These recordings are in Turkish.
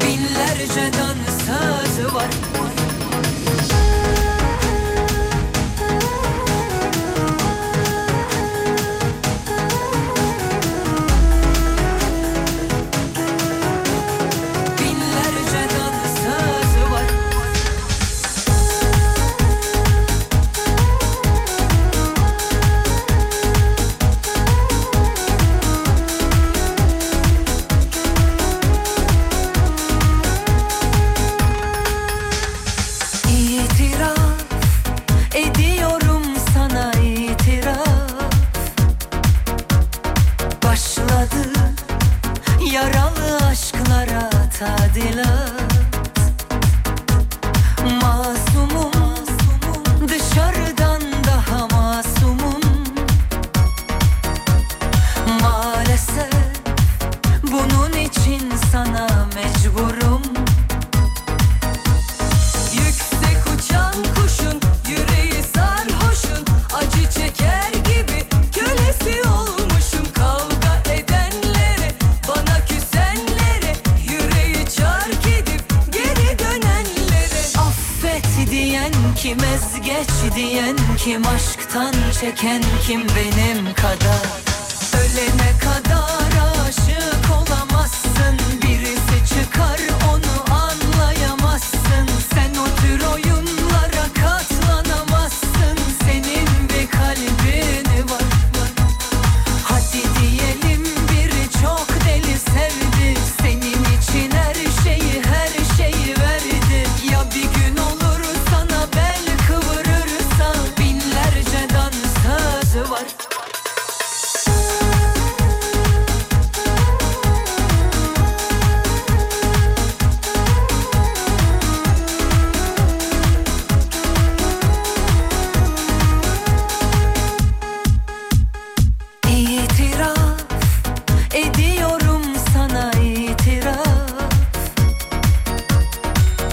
Binlerce dans sazı var Binlerce dans sazı var İtiraf ediyorum sana itiraf Başladı yaralı aşklara tadilat Masumum dışarıdan daha masumum Maalesef bunun için sana mecburum Yüksek uçan kuşun yüreği sarhoşun acı çeker gibi kölesi olmuşum kavga edenlere bana küsenlere yüreği çark edip geri dönenlere affet diyen kim ezgeç diyen kim aşktan çeken kim benim kadar ölene kadar aşık olamazsın birisi çıkar onu anlayamazsın sen o tür oyunlara katlanamazsın senin bir kalbin var Hadi diyelim biri çok deli sevdi Senin için her şeyi her şeyi verdi Ya bir gün olur sana bel kıvırırsa Binlerce dans sazı var İtiraf ediyorum sana itiraf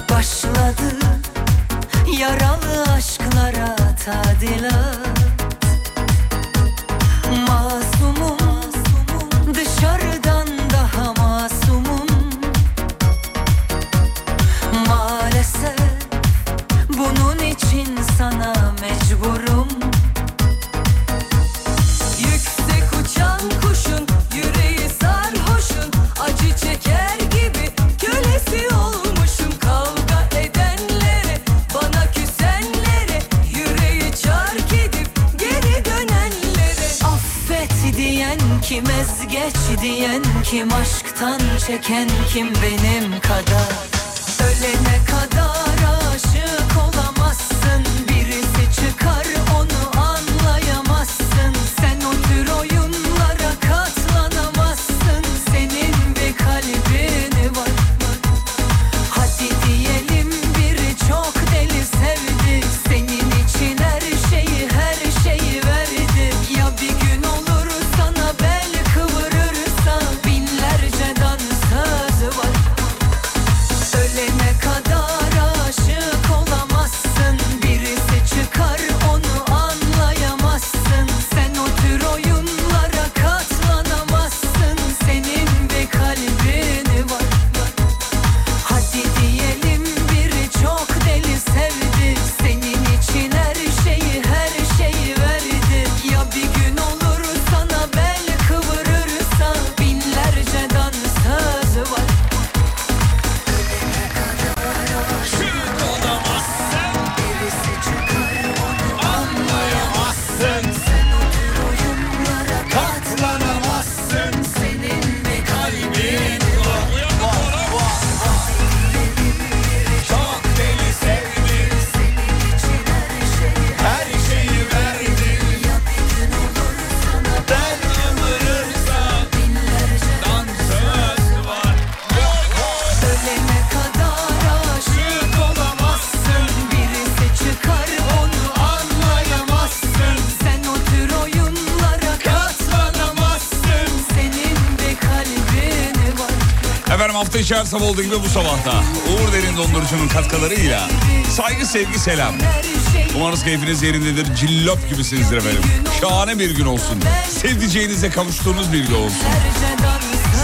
Başladı yaralı aşklara tadilat Masumum dışarıdan daha masumum Maalesef bunun için sana mecburum Yüksek uçan kuşun yüreği sarhoşun acı çeker gibi kölesi olmuşum kavga edenlere bana küsenlere yüreği çark edip geri dönenlere affet diyen kim ezgeç diyen kim aşktan çeken kim benim kadar ölene kadar aşık olamazsın birisi çıkar onu anlayamazsın sen o tür oyunlara katlanamazsın senin bir kalbin var Hadi diyelim biri çok deli sevdi Senin için her şeyi her şeyi verdi Ya bir gün olur sana bel kıvırırsa Binlerce dans sazı var Ölene kadar hafta içi her sabah olduğu gibi bu sabahta. Uğur Derin Dondurucu'nun katkılarıyla saygı, sevgi, selam. şey Umarız keyfiniz yerindedir. Cillop gibisinizdir efendim. Şahane bir gün olsun. Sevdiceğinize kavuştuğunuz bir gün olsun.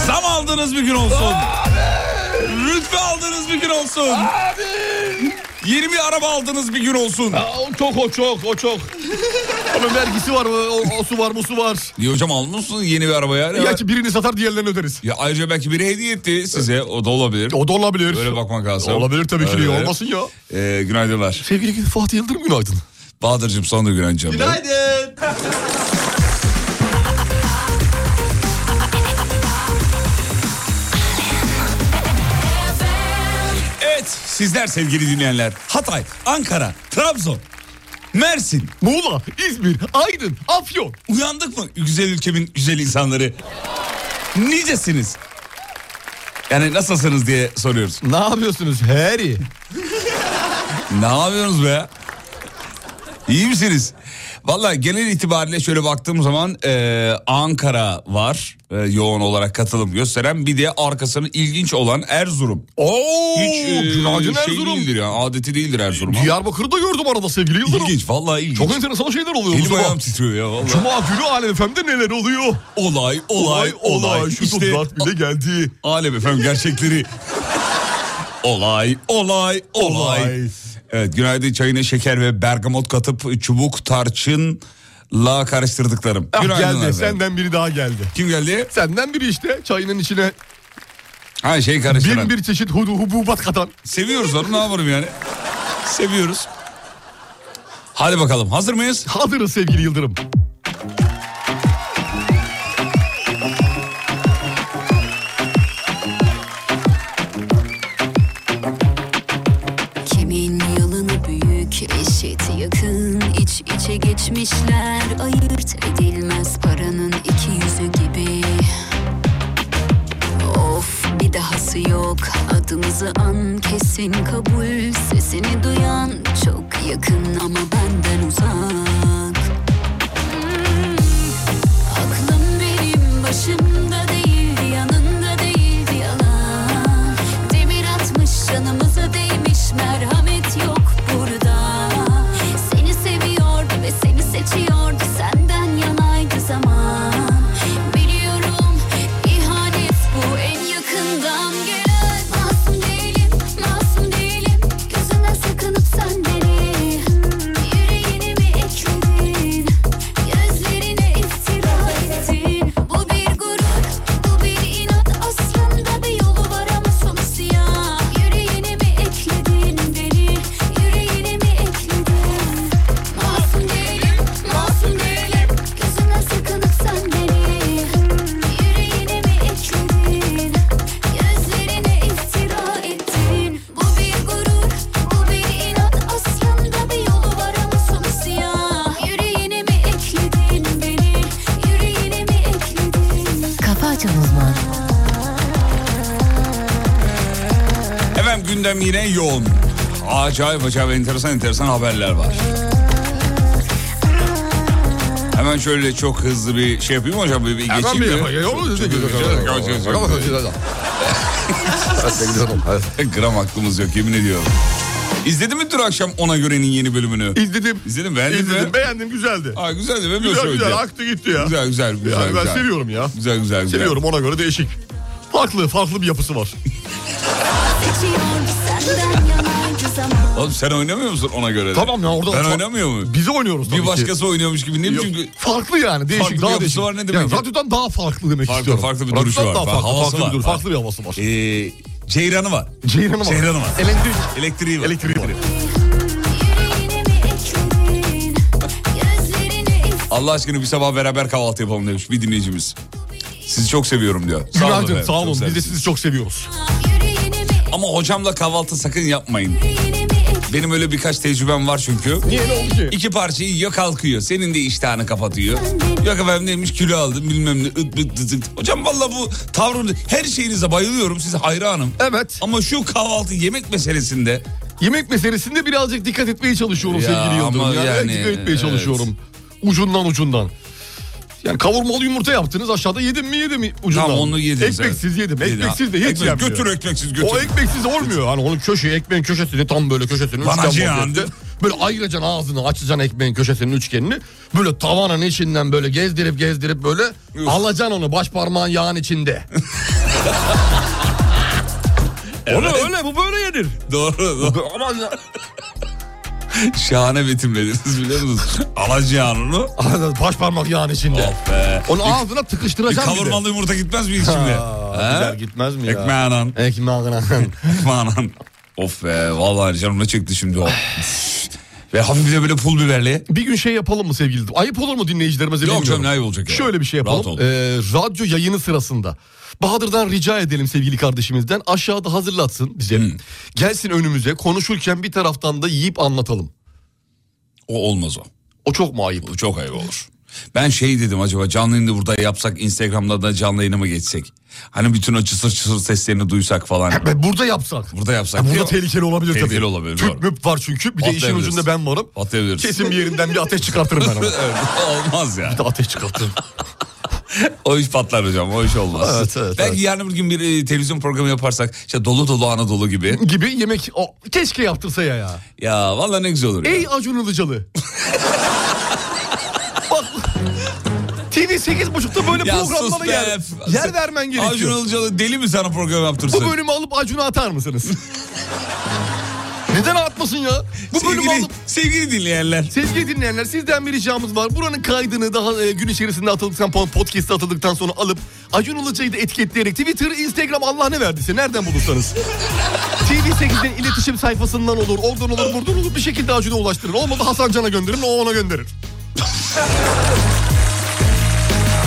Zam aldığınız bir gün olsun. Rütbe aldığınız bir gün olsun. Yeni bir araba aldığınız bir gün olsun. Aa, o çok o çok o çok. Onun vergisi var, o, o- o su var, bu su var. Diyor hocam almışsınız yeni bir arabaya. Ya, Gerçi birini satar diğerlerini öderiz. ya ayrıca belki biri hediye etti size. O da olabilir. O da olabilir. Öyle bakmak lazım. Olabilir tabii ki. Öyle. Niye olmasın ya? Ee, günaydınlar. Sevgili Fatih Yıldırım günaydın. Bahadır'cığım sana da günaydın canım. Günaydın. Evet sizler sevgili dinleyenler. Hatay, Ankara, Trabzon, Mersin. Muğla, İzmir, Aydın, Afyon. Uyandık mı güzel ülkemin güzel insanları? Nicesiniz? Yani nasılsınız diye soruyoruz. Ne yapıyorsunuz Harry? Ne yapıyorsunuz be? İyi misiniz? Valla genel itibariyle şöyle baktığım zaman e, Ankara var e, yoğun olarak katılım gösteren. Bir de arkasının ilginç olan Erzurum. Oo, Hiç e, günaydın şey Erzurum. değildir yani adeti değildir Erzurum. Diyarbakır'ı da gördüm arada sevgili Yıldırım. İlginç vallahi ilginç. Çok enteresan şeyler oluyor bu Elim sabah. ayağım titriyor ya vallahi. Cuma günü Alem FM'de neler oluyor? Olay olay olay. Şu işte... İşte bile geldi. Alem efendim gerçekleri. olay, olay, olay, Olay. Evet günaydın çayına şeker ve bergamot katıp çubuk tarçınla karıştırdıklarım. Ah, günaydın geldi. efendim. Senden biri daha geldi. Kim geldi? Senden biri işte çayının içine Ha şey bin karıştıran. bir çeşit hudu hububat katan. Seviyoruz onu ne yaparım yani. Seviyoruz. Hadi bakalım hazır mıyız? Hazırız sevgili Yıldırım. Kimin yılını büyük eşit yakın iç içe geçmişler ayırt edilmez paranın iki yüzü gibi Of bir dahası yok adımızı an kesin kabul sesini duyan çok yakın ama benden uzak Aklım benim başımda değildi yanında değildi yalan Demir atmış canımıza değmiş merhamet yok burada Seni seviyordu ve seni seçiyordu senden yanaydı zaman Biliyorum ihanet bu en yakından gelen Masum değilim masum değilim gözüne sakınıp sen beni Yüreğini mi ekledin gözlerine iftira ettin Bu bir gurur bu bir inat aslında bir yolu var ama sonu siyah Yüreğini mi ekledin beni yüreğini mi ekledin Masum değilim masum değilim gözüne sakınıp sen beni Yüreğini mi ekledin gözlerine iftira ettin Bu bir gurur bu bir inat aslında bir yolu var ama sonu siyah Yüreğini mi ekledin beni yüreğini mi ekledin Kafa Açan Uzman. Efendim gündem yine yoğun. Acayip acayip enteresan enteresan haberler var. Hemen şöyle çok hızlı bir şey yapayım mı hocam? Bir, bir geçeyim mi? Gram aklımız yok yemin ediyorum. İzledin mi dün akşam ona görenin yeni bölümünü? İzledim. İzledim beğendin mi? İzledim. Beğendim güzeldi. Aa, güzeldi ve Güzel böyle güzel söyledi. aktı gitti ya. Güzel güzel güzel. Yani ben güzel. seviyorum ya. Güzel güzel güzel. Seviyorum ona göre değişik. Farklı farklı bir yapısı var. Geçiyordu senden yalancı zaman Oğlum sen oynamıyor musun ona göre? de? Tamam ya, orada- Ben Fa- oynamıyor muyum? Bizi oynuyoruz tabii Bir ki. başkası oynuyormuş gibi. Ne Yok, çünkü farklı yani değişik Farklı bir daha yapısı değişik. var, ne demek Yani ya? radyodan daha farklı demek Farklı, istiyorum. farklı bir Radyodan duruşu var, Daha farklı, havası farklı, var. bir duruş, farklı bir havası var. ee, Ceyran'ı var. Ceyran'ı var. Ceyran'ı var. Elektrik. Elektriği var. Elektriği var. Yüreğini mi ekledin Gözlerini iftira Allah aşkına bir sabah beraber kahvaltı yapalım demiş bir dinleyicimiz. Sizi çok seviyorum diyor. Sağ olun Günaydın efendim, sağ çok olun. Biz de seversiniz. sizi çok seviyoruz. Yüreğini mi Ama hocamla kahvaltı sakın yapmayın. ekledin mi Benim öyle birkaç tecrübem var çünkü. Niye ne oldu ki? İki parçayı ya kalkıyor. Senin de iştahını kapatıyor. Yok efendim neymiş kilo aldım bilmem ne. ıt bıt dıt dıt. Hocam valla bu tavrınız her şeyinize bayılıyorum. Size hayranım. Evet. Ama şu kahvaltı yemek meselesinde Yemek meselesinde birazcık dikkat etmeye çalışıyorum Ya sevgili Yıldırım. ama Yani, yani, dikkat etmeye evet. çalışıyorum. Ucundan ucundan. Yani kavurmalı yumurta yaptınız aşağıda yedim mi yedim mi ucundan. Tamam onu yediniz. Ekmeksiz yedim. Yedin. Ekmeksiz de hiç Ekmek- yenmiyor. Götür ekmeksiz götür. O ekmeksiz olmuyor. Hani onun köşe ekmeğin köşesini tam böyle köşesini Bana üçgen cihan. vaziyette. Böyle ayıracaksın ağzını açacaksın ekmeğin köşesinin üçgenini. Böyle tavanın içinden böyle gezdirip gezdirip böyle Üf. alacaksın onu baş parmağın yağın içinde. Onu öyle bu böyle yenir. Doğru doğru. Ama Şahane betimlediniz biliyor musunuz? Alacağın onu. baş parmak yağın içinde. Be. Onu ağzına Bir tıkıştıracaksın bir de. kavurmalı yumurta gitmez mi içinde? Aa, Güzel gitmez mi ya? Ekmeğinan. Ekmeğine. Ekmeğinan. Of be vallahi canım ne çekti şimdi o. Ah. Ve hafif bir de böyle pul biberli. bir gün şey yapalım mı sevgili? Ayıp olur mu dinleyicilerimize Yok bilmiyorum. canım, ne ayıp olacak ya? Şöyle bir şey Rahat yapalım. ol. Ee, radyo yayını sırasında. Bahadır'dan rica edelim sevgili kardeşimizden. Aşağıda hazırlatsın bize. Hmm. Gelsin önümüze konuşurken bir taraftan da yiyip anlatalım. O olmaz o. O çok mu ayıp? Bu çok ayıp olur. Ben şey dedim acaba canlı yayını burada yapsak Instagram'da da canlı yayına mı geçsek? Hani bütün o çısır çısır seslerini duysak falan. Ben burada yapsak. Burada yapsak. Ya burada Yok. tehlikeli olabilir tabii. Tehlikeli olabilir, Tüp doğru. müp var çünkü. Bir de işin Atlayabiliriz. ucunda ben varım. Atlayabiliriz. Kesin bir yerinden bir ateş çıkartırım ben ama. Evet, olmaz ya. Bir de ateş çıkartırım. O iş patlar hocam. O iş olmaz. Evet, evet, Belki evet. yarın bir gün bir e, televizyon programı yaparsak işte dolu dolu Anadolu gibi. Gibi yemek. O, keşke yaptırsa ya ya. Ya vallahi ne güzel olur. Ya. Ey Acun Ilıcalı. Bak. TV 8.30'da böyle Ya sus programlara be. yer, yer vermen gerekiyor. Acun Ilıcalı deli mi sana program yaptırsın? Bu bölümü alıp Acun'u atar mısınız? Neden atmasın ya? Bu bölümü sevgili, alıp... sevgili dinleyenler. Sevgili dinleyenler sizden bir ricamız var. Buranın kaydını daha e, gün içerisinde atıldıktan podcast'e atıldıktan sonra alıp Acun Ilıca'yı da etiketleyerek Twitter, Instagram Allah ne verdiyse nereden bulursanız. TV8'in iletişim sayfasından olur, oradan olur, buradan olur bir şekilde Acun'a ulaştırın. Olmadı Hasan Can'a gönderin, o ona gönderir.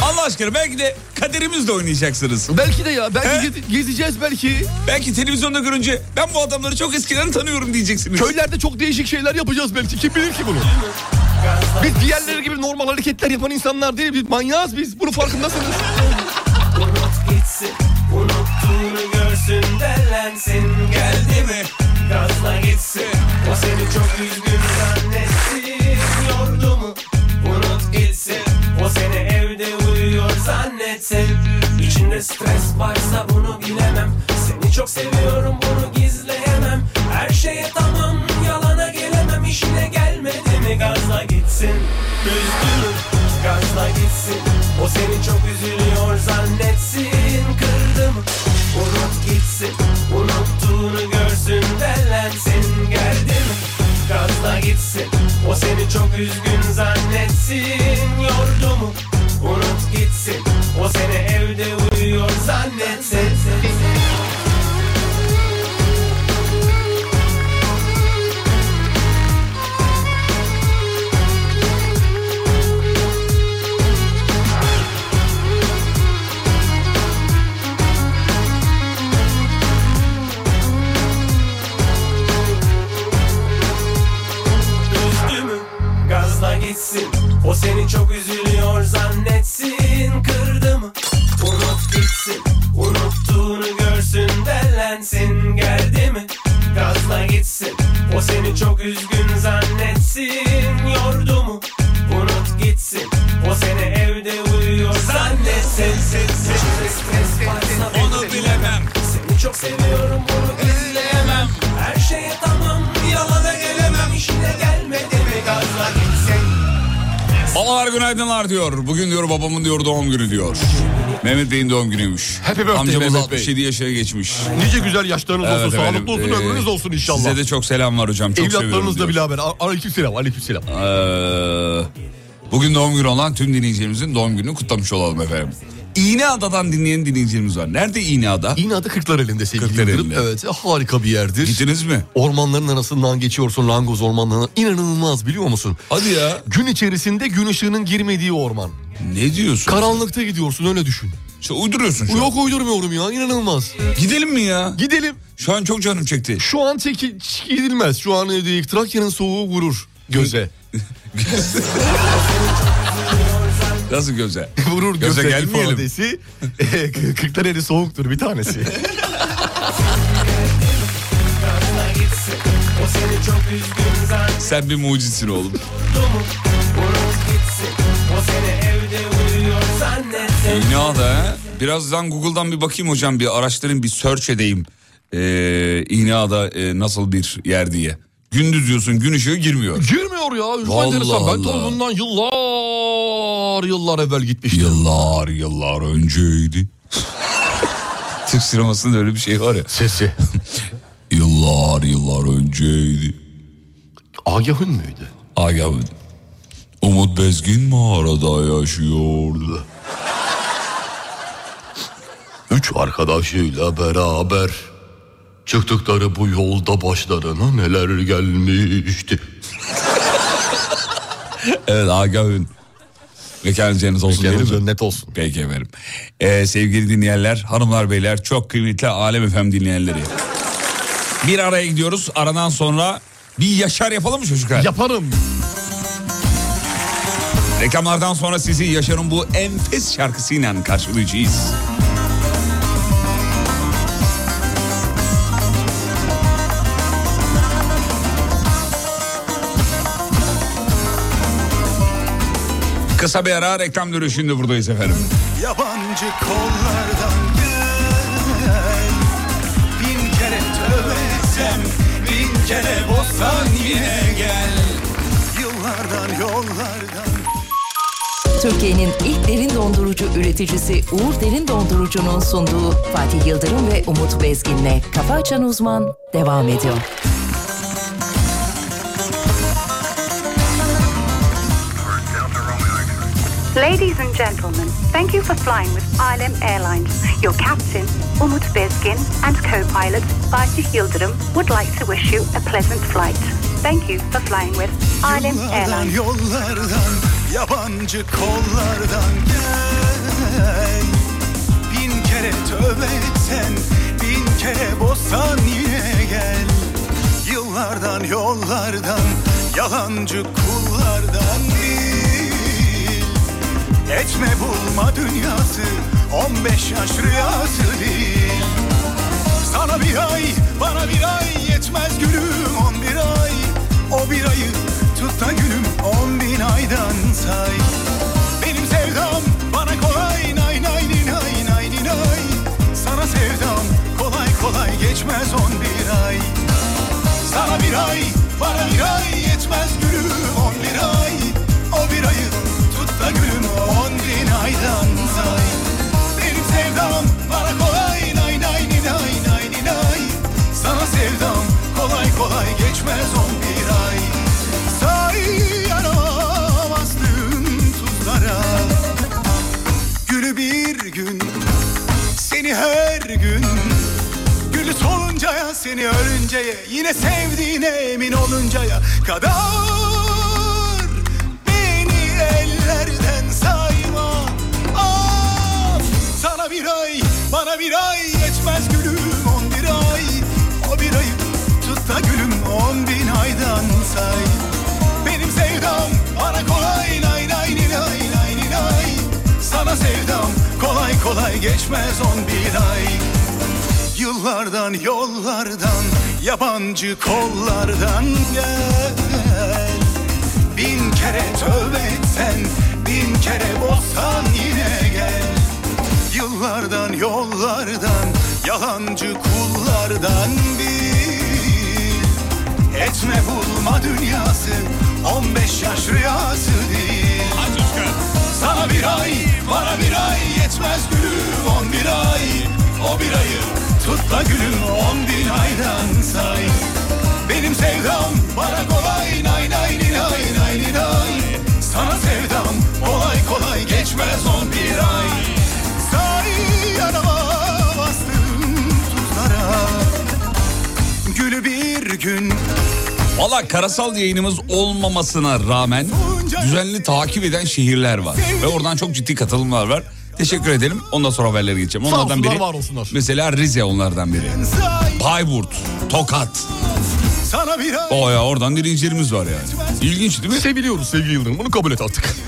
Allah aşkına belki de kaderimizle oynayacaksınız. Belki de ya. Belki He? gezi- gezeceğiz belki. Belki televizyonda görünce ben bu adamları çok eskiden tanıyorum diyeceksiniz. Köylerde çok değişik şeyler yapacağız belki. Kim bilir ki bunu? Biz diğerleri gibi normal hareketler yapan insanlar değil. Biz manyağız biz. Bunu farkındasınız. gitsin Unuttuğunu görsün derlensin Geldi mi gazla gitsin O seni çok üzgün zannetsin Yordu mu unut gitsin O seni evde uyuyor zannetsin İçinde stres varsa bunu bilemem Seni çok seviyorum bunu gizleyemem Her şeye tamam yalana gelemem işine gelmedi mi gazla gitsin Üzdürür gazla gitsin O seni çok üzülüyor zannetsin Kırdı mı unut gitsin Unuttuğunu görsün derlensin Geldi mi gazla gitsin O seni çok üzgün zannetsin Yordu mu unut gitsin O seni evde uyuyor zannetsin üzdü mü? Gazla gitsin O seni çok üzülüyor zannetsin Kırdı mı? Unut gitsin Unuttuğunu görsün derlensin Geldi mi? Gazla gitsin O seni çok üzgün zannetsin Yordu mu? Unut gitsin O seni evde uyuyor zannetsin Seni stres varsa Onu bilemem. seni çok seviyorum bunu izleyemem Her şeye tamam yalana gelemem İşine gelmedi mi gazla gitsen Babalar günaydınlar diyor. Bugün diyor babamın diyor doğum günü diyor. Mehmet Bey'in doğum günüymüş. Happy birthday Amcamız Mehmet 67 yaşına geçmiş. Nice güzel yaşlarınız Evet olsun, efendim, sağlıklı olsun, ee, ömrünüz olsun inşallah. Size de çok selam var hocam. Çok seviyorum Evlatlarınızla diyor. bile haber. Al- Aleykümselam, aleykümselam. Ee, bugün doğum günü olan tüm dinleyicilerimizin doğum gününü kutlamış olalım efendim. İğneada'dan dinleyen dinleyicilerimiz var. Nerede İğneada? İğne adı Kırklareli'nde sevgili Kırklareli'nde. Yıldırım. Evet, harika bir yerdir. Gittiniz mi? Ormanların arasından geçiyorsun Langoz ormanlarına. İnanılmaz biliyor musun? Hadi ya. Gün içerisinde gün ışığının girmediği orman. Ne diyorsun? Karanlıkta gidiyorsun öyle düşün. Sen uyduruyorsun şu an. Yok uydurmuyorum ya inanılmaz. Gidelim mi ya? Gidelim. Şu an çok canım çekti. Şu an çeki, gidilmez. Şu an e, Trakya'nın soğuğu vurur göze. Nasıl göze? vurur Göze göze, gelmeyelim. ifadesi. E, Kırklareli soğuktur bir tanesi. Gazla gitsin O seni çok üzgün zannetsin Sen bir mucitsin oğlum. Unut gitsin O seni evde uyuyor İğneada. Birazdan Google'dan bir bakayım hocam bir araştırayım bir search edeyim. Ee, İğneada e, nasıl bir yer diye. Gündüz diyorsun gün ışığı girmiyor. Girmiyor ya. Çok Vallahi enteresan. Ben Allah. de bundan yıllar yıllar evvel gitmiştim. Yıllar yıllar önceydi. Türk sinemasında öyle bir şey var ya. Sesi. Yıllar yıllar önceydi. Agahın müydü? Aga Umut Bezgin mağarada yaşıyordu. Üç arkadaşıyla beraber çıktıkları bu yolda başlarına neler gelmişti. Evet Aga Ün. Mekanı cennet olsun. Canım diyelim mi? cennet olsun. Peki efendim. Ee, sevgili dinleyenler, hanımlar beyler çok kıymetli Alem Efem dinleyenleri. Bir araya gidiyoruz. Aradan sonra bir yaşar yapalım mı çocuklar? Yaparım. Reklamlardan sonra sizi Yaşar'ın bu enfes şarkısıyla karşılayacağız. Kısa bir ara reklam dönüşünde buradayız efendim. Yabancı kollardan gel Bin kere tövbe etsem Bin kere bozsan yine gel Yıllardan yollardan Türkiye'nin ilk derin dondurucu üreticisi Uğur Derin Dondurucu'nun sunduğu Fatih Yıldırım ve Umut Bezgin'le Kafa Açan Uzman devam ediyor. Ladies and gentlemen, thank you for flying with ILM Airlines. Your captain, Umut Bezgin, and co-pilot Fatih Yıldırım would like to wish you a pleasant flight. Thank you for flying with ILM Yollardan Airlines. yollardan Yabancı kollardan gel Bin kere tövbe etsen Bin kere bozsan yine gel Yıllardan yollardan Yalancı kullardan değil Etme bulma dünyası 15 yaş rüyası değil sana bir ay, bana bir ay yetmez gülüm on bir ay. O bir ayı tut da gülüm on bin aydan say. Benim sevdam bana kolay nay nay ninay nay ninay. Sana sevdam kolay kolay geçmez on bir ay. Sana bir ay, bana bir ay yetmez gülüm on bir ay. O bir ayı tut da gülüm on bin aydan say. Benim sevdam bana kolay nay nay ninay nay ninay. Sana sevdam kolay kolay geçmez on bir ay. Sayanam aslın tuzlara. Gülü bir gün, seni her gün Gülü soluncaya seni ölünceye Yine sevdiğine emin oluncaya kadar Beni ellerden sayma Af sana bir ay bana bir ay yetmez gülüm on bir ay O bir ayı tut da gülüm on bin aydan say Benim sevdam bana kolay nay nay nay nay nay Sana sevdam kolay kolay geçmez on bir ay Yıllardan yollardan yabancı kollardan gel Bin kere tövbe etsen bin kere bozsan yine gel Yıllardan yollardan yalancı kullardan bil Etme bulma dünyası 15 yaş rüyası değil sana bir ay, bana bir ay yetmez gülüm on bir ay. O bir ayı tut da gülüm on bin aydan say. Benim sevdam bana kolay nay nay ninay nay ninay. Sana sevdam kolay kolay geçmez on bir ay. Say yanıma bastığım tuzlara. Gülü bir gün Valla karasal yayınımız olmamasına rağmen düzenli takip eden şehirler var. Ve oradan çok ciddi katılımlar var. Teşekkür edelim. Ondan sonra haberlere geçeceğim. Sağ Onlardan olsunlar, biri var olsunlar. mesela Rize onlardan biri. say Bayburt, Tokat. sana bir ay. O ya oradan dinleyicilerimiz var yani. İlginç değil mi? Seviliyoruz sevgili Yıldırım. Bunu kabul et artık.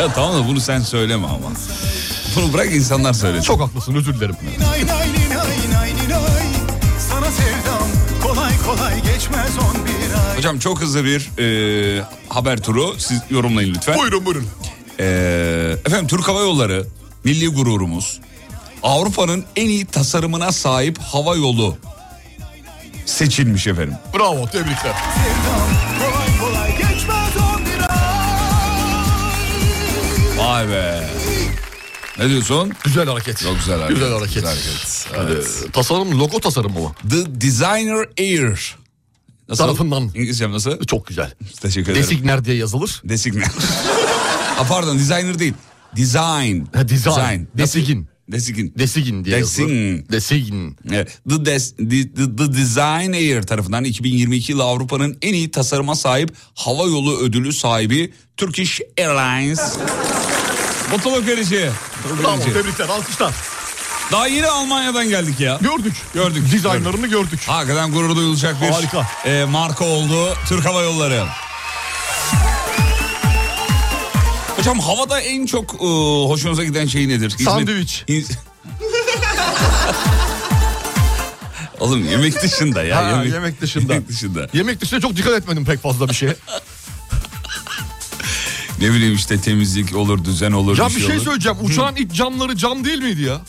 Ya tamam da bunu sen söyleme ama. Bunu bırak insanlar söylesin. Çok haklısın özür dilerim. Nay nay ninay nay ninay Sana sevdam kolay kolay geçmez on bir ay Hocam çok hızlı bir e, haber turu. Siz yorumlayın lütfen. Buyurun buyurun. Ee, efendim Türk Hava Yolları milli gururumuz. Avrupa'nın en iyi tasarımına sahip hava yolu seçilmiş efendim. Bravo tebrikler. Kolay kolay geçmez on bir ay Vay be. Ne diyorsun? Güzel hareket. Çok güzel hareket. Güzel hareket. Güzel hareket. Ee, tasarım logo tasarımı mı? The Designer Air. Nasıl? Tarafından. İngilizcem nasıl? Çok güzel. Teşekkür ederim. Designer diye yazılır. Designer. ha pardon designer değil. Design. Ha, design. Nasıl? Design. Design. Design diye yazılır. Design. Design. Evet. The, Des- The- The- The Design Air tarafından 2022 yılı Avrupa'nın en iyi tasarıma sahip hava yolu ödülü sahibi Turkish Airlines. Mutluluk verici. Mutluluk Bravo verici. tebrikler alkışlar. Daha yeni Almanya'dan geldik ya. Gördük. Gördük. Dizaynlarını gördük. Hakikaten gurur duyulacak bir Harika. e, marka oldu Türk Hava Yolları. Hocam havada en çok e, hoşunuza giden şey nedir? Hizmet- Sandviç. Hiz- Oğlum yemek dışında ya. Ha, yemek dışında. Yemek dışında. Yemek dışında çok dikkat etmedim pek fazla bir şeye. Ne bileyim işte temizlik olur, düzen olur. ya bir şey olur. söyleyeceğim. Uçağın iç camları cam değil miydi ya?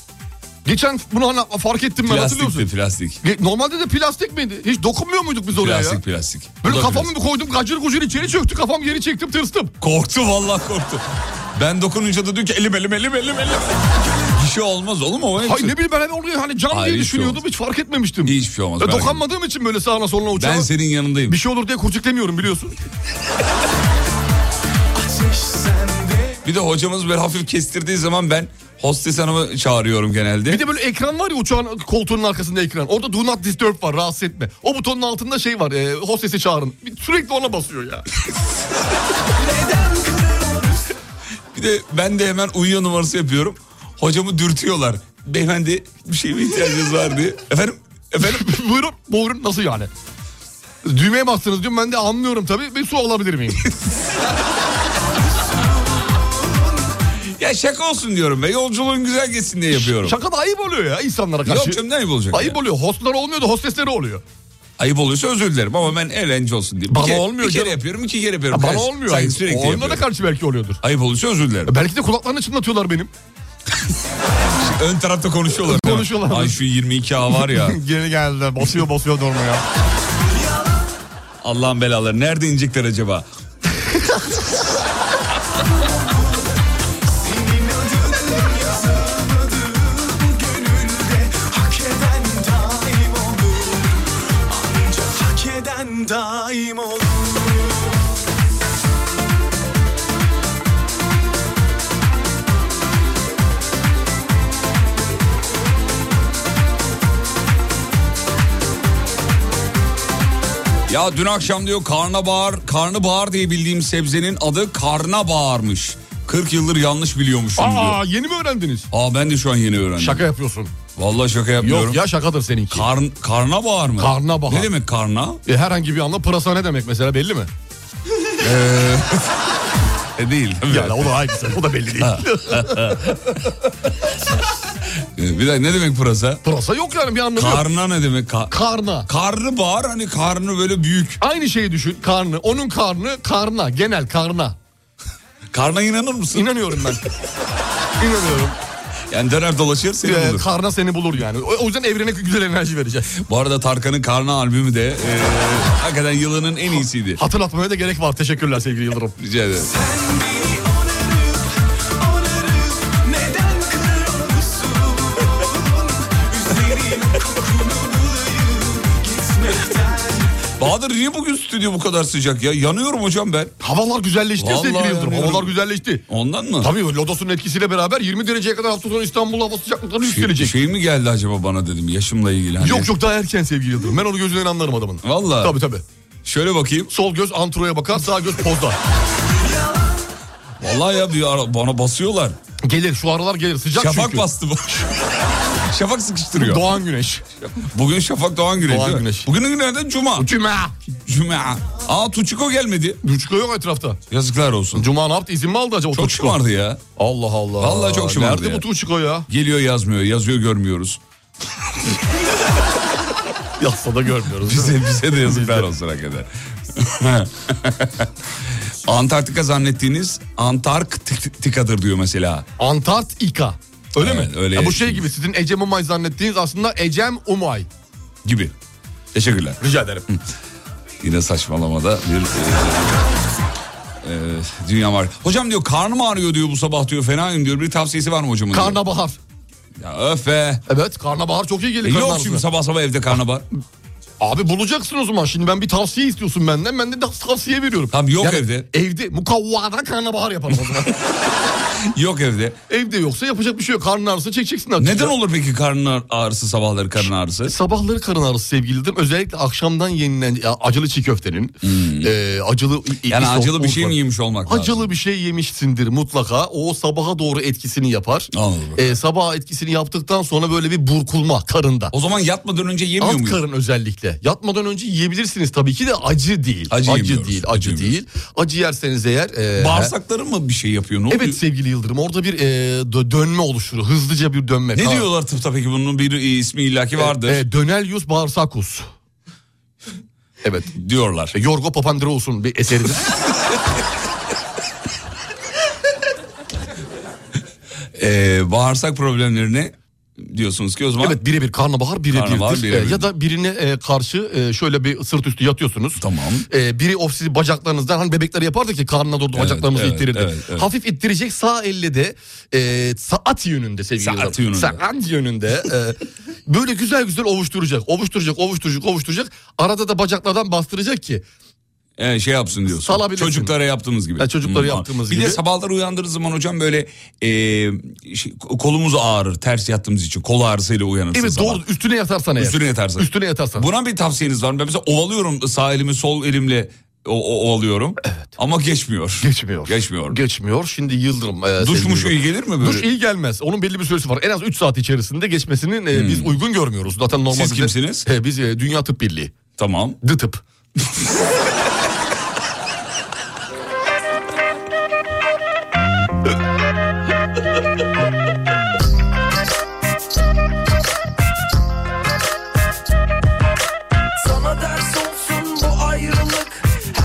Geçen bunu hani fark ettim ben hatırlıyor Plastik de musun? plastik. Ge- Normalde de plastik miydi? Hiç dokunmuyor muyduk biz oraya Plastik şey. ya? plastik. Böyle Bu da kafamı plastik. bir koydum gacır gucur içeri çöktü kafam geri çektim tırstım. Korktu vallahi korktu. Ben dokununca da diyor ki elim elim elim elim elim. Bir şey olmaz oğlum o. Hayır ne bileyim ben hani oraya hani cam Hayır, diye hiç düşünüyordum şey hiç fark etmemiştim. Hiçbir şey olmaz. Ya merak dokunmadığım için böyle sağına soluna etme. uçağa Ben senin yanındayım. bir şey olur diye kurcuklemiyorum biliyorsun. Ateş sende Bir de hocamız böyle hafif kestirdiği zaman ben hostes hanımı çağırıyorum genelde. Bir de böyle ekran var ya uçağın koltuğunun arkasında ekran. Orada do not disturb var rahatsız etme. O butonun altında şey var e, hostesi çağırın. Bir- Sürekli ona basıyor ya. Bir de ben de hemen uyuyor numarası yapıyorum. Hocamı dürtüyorlar. Beyefendi bir şey mi ihtiyacınız var diye. Efendim? Efendim? buyurun buyurun nasıl yani? Düğmeye bastınız diyorum ben de anlıyorum tabii. Bir su alabilir miyim? Ya şaka olsun diyorum ve yolculuğun güzel geçsin diye yapıyorum. Şaka da ayıp oluyor ya insanlara karşı. Yok canım ne ayıp olacak? Ayıp ya? oluyor. Hostlar olmuyor da hostesleri oluyor. Ayıp oluyorsa özür dilerim ama ben eğlence olsun diye. Bir Bana kere- olmuyor Bir kere canım. yapıyorum iki kere yapıyorum. Ya bana Karşı- olmuyor. Sanki Hayır. sürekli Onlara yapıyorum. karşı belki oluyordur. Ayıp olursa özür dilerim. Ya Belki de kulaklarını çınlatıyorlar benim. Ön tarafta konuşuyorlar. değil mi? Konuşuyorlar. Ay şu 22A var ya. Geri geldi. Basıyor basıyor durma ya. Allah'ın belaları. Nerede inecekler acaba? gönülde hak eden daim olur Ancak hak eden daim olur Ya dün akşam diyor karnabahar, karnabahar diye bildiğim sebzenin adı karnabaharmış. 40 yıldır yanlış biliyormuşum diyor. Aa yeni mi öğrendiniz? Aa ben de şu an yeni öğrendim. Şaka yapıyorsun. Vallahi şaka yapıyorum. Yok ya şakadır seninki. Karn, karnabahar mı? Karnabahar. Ne demek karna? E, herhangi bir anla pırasa ne demek mesela belli mi? Ee, E değil. tabii. Yani o da aynısı. O da belli değil. E, Bir dakika ne demek pırasa? pırasa yok yani bir anlamı yok. Karna ne demek? Ka- Karna. karnı bağır hani karnı böyle büyük. Aynı şeyi düşün. Karnı. Onun karnı karna. Genel karna. Karna inanır mısın? İnanıyorum ben. İnanıyorum. yani döner dolaşır seni Ee, bulur. karna seni bulur yani. O, o yüzden evrene güzel enerji vereceğiz. Bu arada Tarkan'ın Karna albümü de e, hakikaten yılının en iyisiydi. Hatırlatmaya da gerek var. Teşekkürler sevgili Yıldırım. Rica ederim. Sen beni onarıp onarıp neden kırıyorsun? Üzerim kokunu bulayım gitmekten Bahadır niye bugün stüdyo bu kadar sıcak ya? Yanıyorum hocam ben. Havalar güzelleşti Vallahi sevgili Yıldırım. yani. Havalar güzelleşti. Ondan mı? Tabii lodosun etkisiyle beraber 20 dereceye kadar hafta sonu İstanbul hava sıcaklıkları Şey, yükselecek. şey mi geldi acaba bana dedim yaşımla ilgili. Hani. Yok yok daha erken sevgili Yıldırım. Ben onu gözünden anlarım adamın. Vallahi. Tabii tabii. Şöyle bakayım. Sol göz antroya bakar, sağ göz pozda. Vallahi ya bir ara, bana basıyorlar. Gelir şu aralar gelir sıcak şafak çünkü. bastı bu. şafak sıkıştırıyor. Doğan güneş. Bugün Şafak Doğan Güneş. Doğan değil mi? Güneş. Bugün günlerden Cuma. Cuma. Cuma. Aa Tuçiko gelmedi. Buçukla yok etrafta. Yazıklar olsun. Cuma ne yaptı? İzin mi aldı acaba Çok Tuçko? şımardı ya. Allah Allah. Vallahi çok şımardı Nerede ya. bu Tuçko ya? Geliyor yazmıyor. Yazıyor görmüyoruz. Yazsa da görmüyoruz. Bize bize de yazıklar olsun hakikaten. Antarktika zannettiğiniz Antarktika'dır diyor mesela. Antarktika. Öyle Evet, mi? öyle Ya bu yazıyor. şey gibi sizin Ecem Umay zannettiğiniz aslında Ecem Umay. Gibi. Teşekkürler. Rica ederim. Yine saçmalamada bir... e, e, dünya var. Hocam diyor karnım ağrıyor diyor bu sabah diyor fenayım diyor. Bir tavsiyesi var mı hocamın? diyor. Karnabahar. Ya öf be. Evet karnabahar çok iyi gelir. E, yok karnabahar. şimdi sabah sabah evde karnabahar. Abi bulacaksın o zaman. Şimdi ben bir tavsiye istiyorsun benden. Ben de da- tavsiye veriyorum. Tamam, yok evde. Evde mukavvadan karnabahar yaparım o zaman. Yok evde. evde yoksa yapacak bir şey yok. Karnın ağrısı çekeceksin artık. Neden olur peki karnın ağr- ağrısı sabahları karın ağrısı? Sabahları karın ağrısı sevgilidim. Özellikle akşamdan yenilen ya, acılı çiğ köftenin. e, acılı Hmm. Yani isot- acılı bir şey un- mi yemiş olmak lazım? Acılı bir şey yemişsindir mutlaka. O sabaha doğru etkisini yapar. Anladım. E, sabah etkisini yaptıktan sonra böyle bir burkulma karında. O zaman yatmadan önce yemiyor Alt muyuz? karın özellikle. Yatmadan önce yiyebilirsiniz tabii ki de acı değil. Acı acı yemiyoruz, değil, acı acı yemiyoruz. değil. Acı yerseniz eğer e, Bağırsakları mı bir şey yapıyor? Ne oluyor? Evet sevgili Yıldırım orada bir e, dö- dönme oluşur. Hızlıca bir dönme. Ne Kan- diyorlar tıpta peki bunun bir e, ismi illaki vardır E, dönelius barsakus. Evet. diyorlar. Yorgo Papandreou'sun bir eseridir. E, Ee, bağırsak problemlerine diyorsunuz ki o zaman evet birebir karnabahar Karnabahar birebirdir. birebir. E, ya da birine e, karşı e, şöyle bir sırt üstü yatıyorsunuz. Tamam. E, biri of sizi bacaklarınızdan hani bebekler yapardı ki karnına doğru bacaklarımızı evet, ittirirdi. evet, evet. Hafif ittirecek sağ elle de e, saat yönünde sevgili Saat Yıldırım. yönünde. Saat yönünde. e, böyle güzel güzel ovuşturacak. Ovuşturacak, ovuşturacak, ovuşturacak. Arada da bacaklardan bastıracak ki e, şey yapsın diyorsun. Salabilirsin. Çocuklara yaptığımız gibi. Ha, çocuklara tamam. yaptığımız Bir gibi. de sabahları uyandığınız zaman hocam böyle e, şey, kolumuz ağrır ters yattığımız için kol ağrısıyla uyanırsınız. Evet sabah. doğru üstüne yatarsan eğer. Üstüne yatarsan. Üstüne yatarsan. Buna bir tavsiyeniz var mı? Ben mesela ovalıyorum sağ elimi sol elimle o- o- ovalıyorum. Ama geçmiyor. Geçmiyor. Geçmiyor. Geçmiyor. Şimdi Yıldırım. e, Duş sevgili muş iyi Yıldırım. gelir mi böyle? Duş iyi gelmez. Onun belli bir süresi var. En az 3 saat içerisinde geçmesinin e, biz uygun görmüyoruz. Zaten normalde. Hmm. Siz kimsiniz? E, biz e, Dünya Tıp Birliği. Tamam. Dı tıp. Sana ders olsun bu ayrılık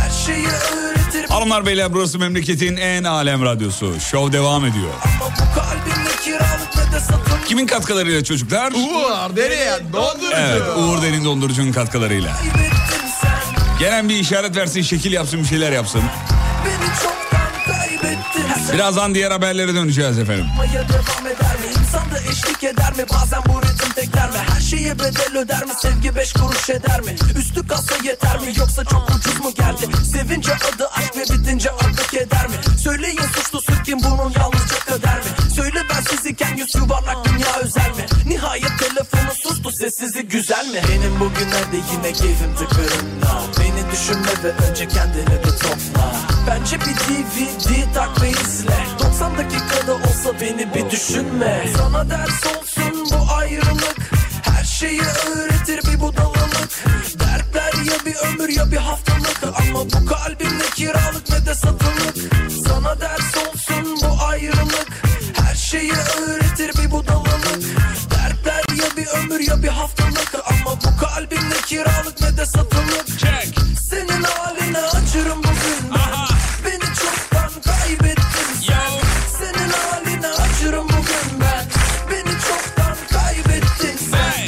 Her şeyi öğretir Hanımlar beyler burası memleketin en alem radyosu. Şov devam ediyor. ama bu kalbimde kiralık ve de satın Kimin katkılarıyla çocuklar? Uğur nereye? Dondurucu. Evet Uğur Derin Dondurucu'nun katkılarıyla. kaybettin sen Gelen bir işaret versin, şekil yapsın, bir şeyler yapsın. Beni çoktan kaybettin sen Birazdan diğer haberlere döneceğiz efendim. Yapmaya devam eder mi? İnsan da eşlik eder mi? Bazen bu ritim tekrar mi? Her şeye bedel öder mi? Sevgi beş kuruş eder mi? Üstü kasa yeter mi? Yoksa çok ucuz mu geldi? Sevince adı aşk ve bitince adı keder mi? Söyleyin suçlusu kim bunun yalnızca kader mi? Söyle ben sizi iken yüz yuvarlak dünya özel mi? Nihayet telefonu sustu sessizlik güzel mi? Benim bugünlerde yine keyfim tıkırında Beni düşünme ve önce kendini bir topla Bence bir DVD tak ve izle 90 dakikada olsa beni bir düşünme Sana ders olsun bu ayrılık Her şeyi öğretir bir budalalık Dertler ya bir ömür ya bir haftalık Ama bu kalbimde kiralık ve de satılık Sana ders olsun bu ayrılık Her şeyi öğretir bir budalalık Dertler ya bir ömür ya bir haftalık Ama bu kalbimde kiralık ve de satılık Senin haline açırım bugün ben. Beni çoktan kaybettin sen Senin haline açırım bugün ben Beni çoktan kaybettin sen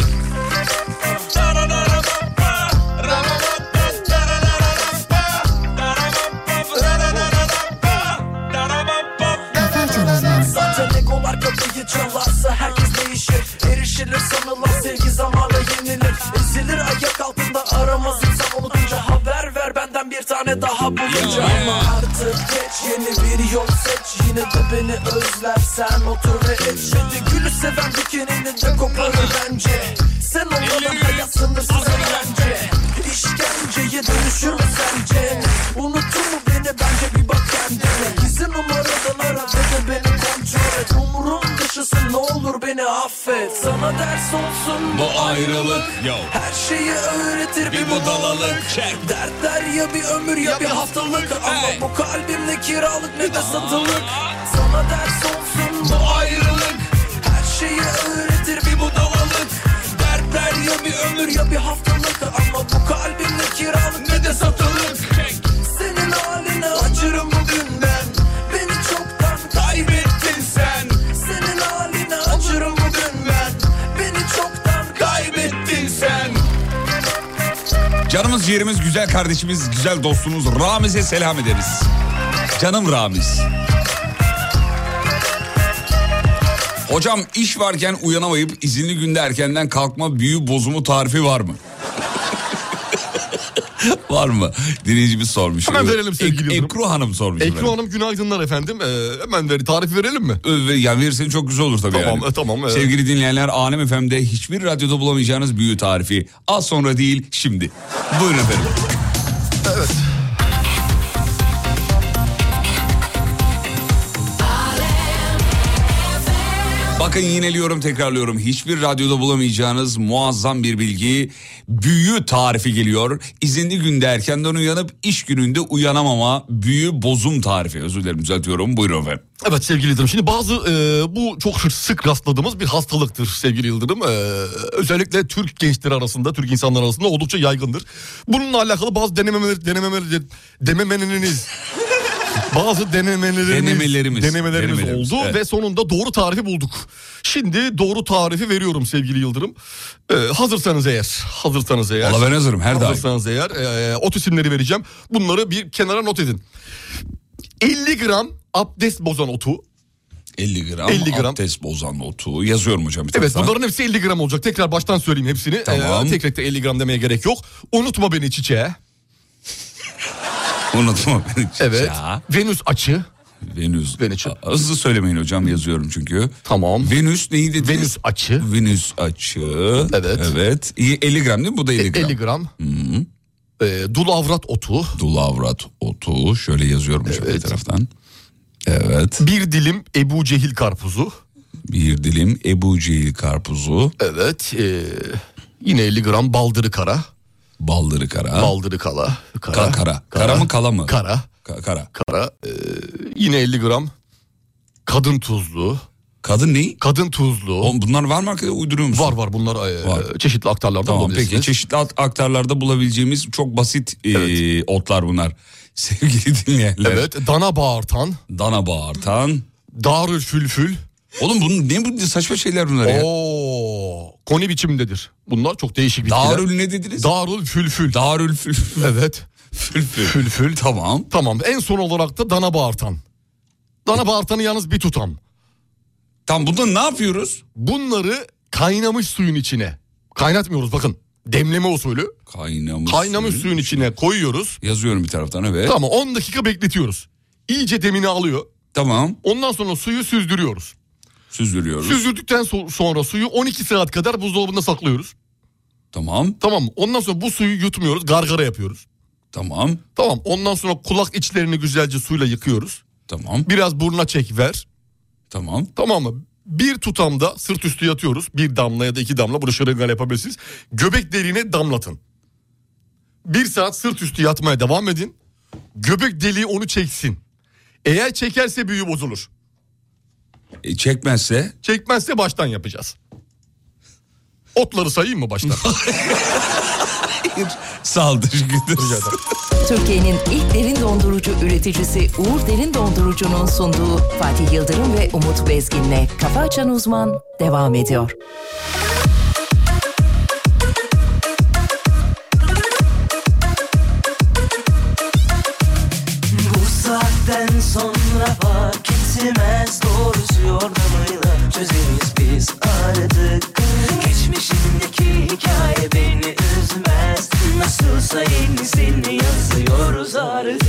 Kafa Açan Uzman Zaten egolar kapıyı çalarsa herkes değişir Erişilir sanılan sevgi zamanla yenilir Ezilir ayak altında aramaz insan unutunca Haber ver benden bir tane daha bulunca Ama artık geç yeni bir yol seç Yine de beni özlersen otur ve et Şimdi gülü seven dikenini de koparır bence Sen olmadan hayat sınırsız eğlence İşkenceye dönüşür mü sence? Unutur mu beni bence bir bak kendine Gizli numaradan ara ve de beni kontrol et Umurum dışısın ne olur beni affet Sana ders olsun Bu ayrılık yo. her şeyi öğretir bir Bir budalalık budalalık. Check. Dertler ya bir ömür ya, bir haftalık Hey. Ama bu kalbimde kiralık ne de satılık Sana ders olsun bu ayrılık Her şeyi öğretir bir budalalık Dertler ya bir ömür ya bir haftalık Ama bu kalbimde kiralık ne de satılık ciğerimiz, güzel kardeşimiz, güzel dostumuz Ramiz'e selam ederiz. Canım Ramiz. Hocam iş varken uyanamayıp izinli günde erkenden kalkma büyü bozumu tarifi var mı? var mı? Dinleyicimiz sormuş. Hemen verelim sevgili Ek- Yıldırım. Ekru Hanım sormuş. Ekru efendim. Hanım günaydınlar efendim. Ee, hemen ver, tarif verelim mi? Ö- Yani verirsen çok güzel olur tabii Tamam, yani. e, tamam, evet. Sevgili dinleyenler Alem FM'de hiçbir radyoda bulamayacağınız büyü tarifi. Az sonra değil şimdi. Buyurun efendim. Evet. Bakın yineliyorum tekrarlıyorum. Hiçbir radyoda bulamayacağınız muazzam bir bilgi. Büyü tarifi geliyor. İzinli günde erkenden uyanıp iş gününde uyanamama büyü bozum tarifi. Özür dilerim düzeltiyorum. Buyurun efendim. Evet sevgili Yıldırım şimdi bazı e, bu çok sık rastladığımız bir hastalıktır sevgili Yıldırım. E, özellikle Türk gençleri arasında, Türk insanlar arasında oldukça yaygındır. Bununla alakalı bazı denemeler, denemeler, denemeleriniz... Bazı denemelerimiz, Denemelerimiz. denemelerimiz Denemelerimiz, oldu evet. ve sonunda doğru tarifi bulduk. Şimdi doğru tarifi veriyorum sevgili Yıldırım. E, hazırsanız eğer, hazırsanız eğer. Valla ben hazırım her daim. Hazırsanız eğer e, ot isimleri vereceğim. Bunları bir kenara not edin. 50 gram abdest bozan otu. 50 gram, 50 gram. abdest bozan otu. Yazıyorum hocam bir Evet tarafa. bunların hepsi 50 gram olacak. Tekrar baştan söyleyeyim hepsini. Tamam. Ee, tek tek de 50 gram demeye gerek yok. Unutma beni çiçeğe. Unutma beni. Evet. Ya. Venüs açı. Venüs. Venüs. Aa, Hızlı söylemeyin hocam yazıyorum çünkü. Tamam. Venüs neydi? dediniz? Venüs açı. Venüs açı. Evet. E, Evet. İyi, 50 gram değil mi? Bu da 50 gram. 50 gram. Ee, dulavrat otu. Dulavrat otu. Şöyle yazıyorum şöyle bir Evet. taraftan. Evet. Bir dilim Ebu Cehil karpuzu. Bir dilim Ebu Cehil karpuzu. Evet. ee, yine 50 gram baldırı kara. Baldırı kara. Baldırı kala. Kara. Ka- kara. Kara mı, kala mı? Kara. Ka- kara. Kara. Ee, yine 50 gram kadın tuzlu. Kadın neyi? Kadın tuzlu. Oğlum Bunlar var mı arkada uyduruyor musun? var var bunlar ee, Var. çeşitli aktarlarda Tamam peki bulabilirsiniz. çeşitli at- aktarlarda bulabileceğimiz çok basit e, otlar bunlar. Sevgili dinleyenler. Evet. Dana bağırtan. Dana bağırtan. Darül fülfül. Oğlum bunun ne bu saçma şeyler bunlar ya. Oo, koni biçimdedir. Bunlar çok değişik bitkiler. Darül ne dediniz? Darül fülfül. Darül fülfül. evet. Fülfül. Tamam. Tamam. En son olarak da dana bağırtan. Dana bağırtanı yalnız bir tutam. Tam bunda ne yapıyoruz? Bunları kaynamış suyun içine. Kaynatmıyoruz bakın. Demleme usulü. Kaynamış, Kaynamış suyu. suyun içine koyuyoruz. Yazıyorum bir taraftan evet. Tamam. Tamam 10 dakika bekletiyoruz. İyice demini alıyor. Ondan sonra suyu süzdürüyoruz. Süzdürüyoruz. Süzdürdükten so- sonra suyu 12 saat kadar buzdolabında saklıyoruz. Tamam. Tamam ondan sonra bu suyu yutmuyoruz gargara yapıyoruz. Tamam. Tamam ondan sonra kulak içlerini güzelce suyla yıkıyoruz. Tamam. Biraz burna çek ver. Tamam. Tamam mı? Bir tutamda sırt üstü yatıyoruz. Bir damla ya da iki damla bunu şırıngal yapabilirsiniz. Göbek deliğine damlatın. Bir saat sırt üstü yatmaya devam edin. Göbek deliği onu çeksin. Eğer çekerse büyü bozulur. E, çekmezse Çekmezse baştan yapacağız. Otları sayayım mı baştan? saldır gündüz. Rica ederim. Türkiye'nin ilk derin dondurucu üreticisi Uğur Derin Dondurucu'nun sunduğu Fatih Yıldırım ve Umut Bezgin'le Kafa Açan Uzman devam ediyor. Bu saatten sonra fark etmez doğrusu yordamıyla çözeriz biz artık Geçmişindeki hikaye beni üzmez Nasılsa yenisini yazıyoruz artık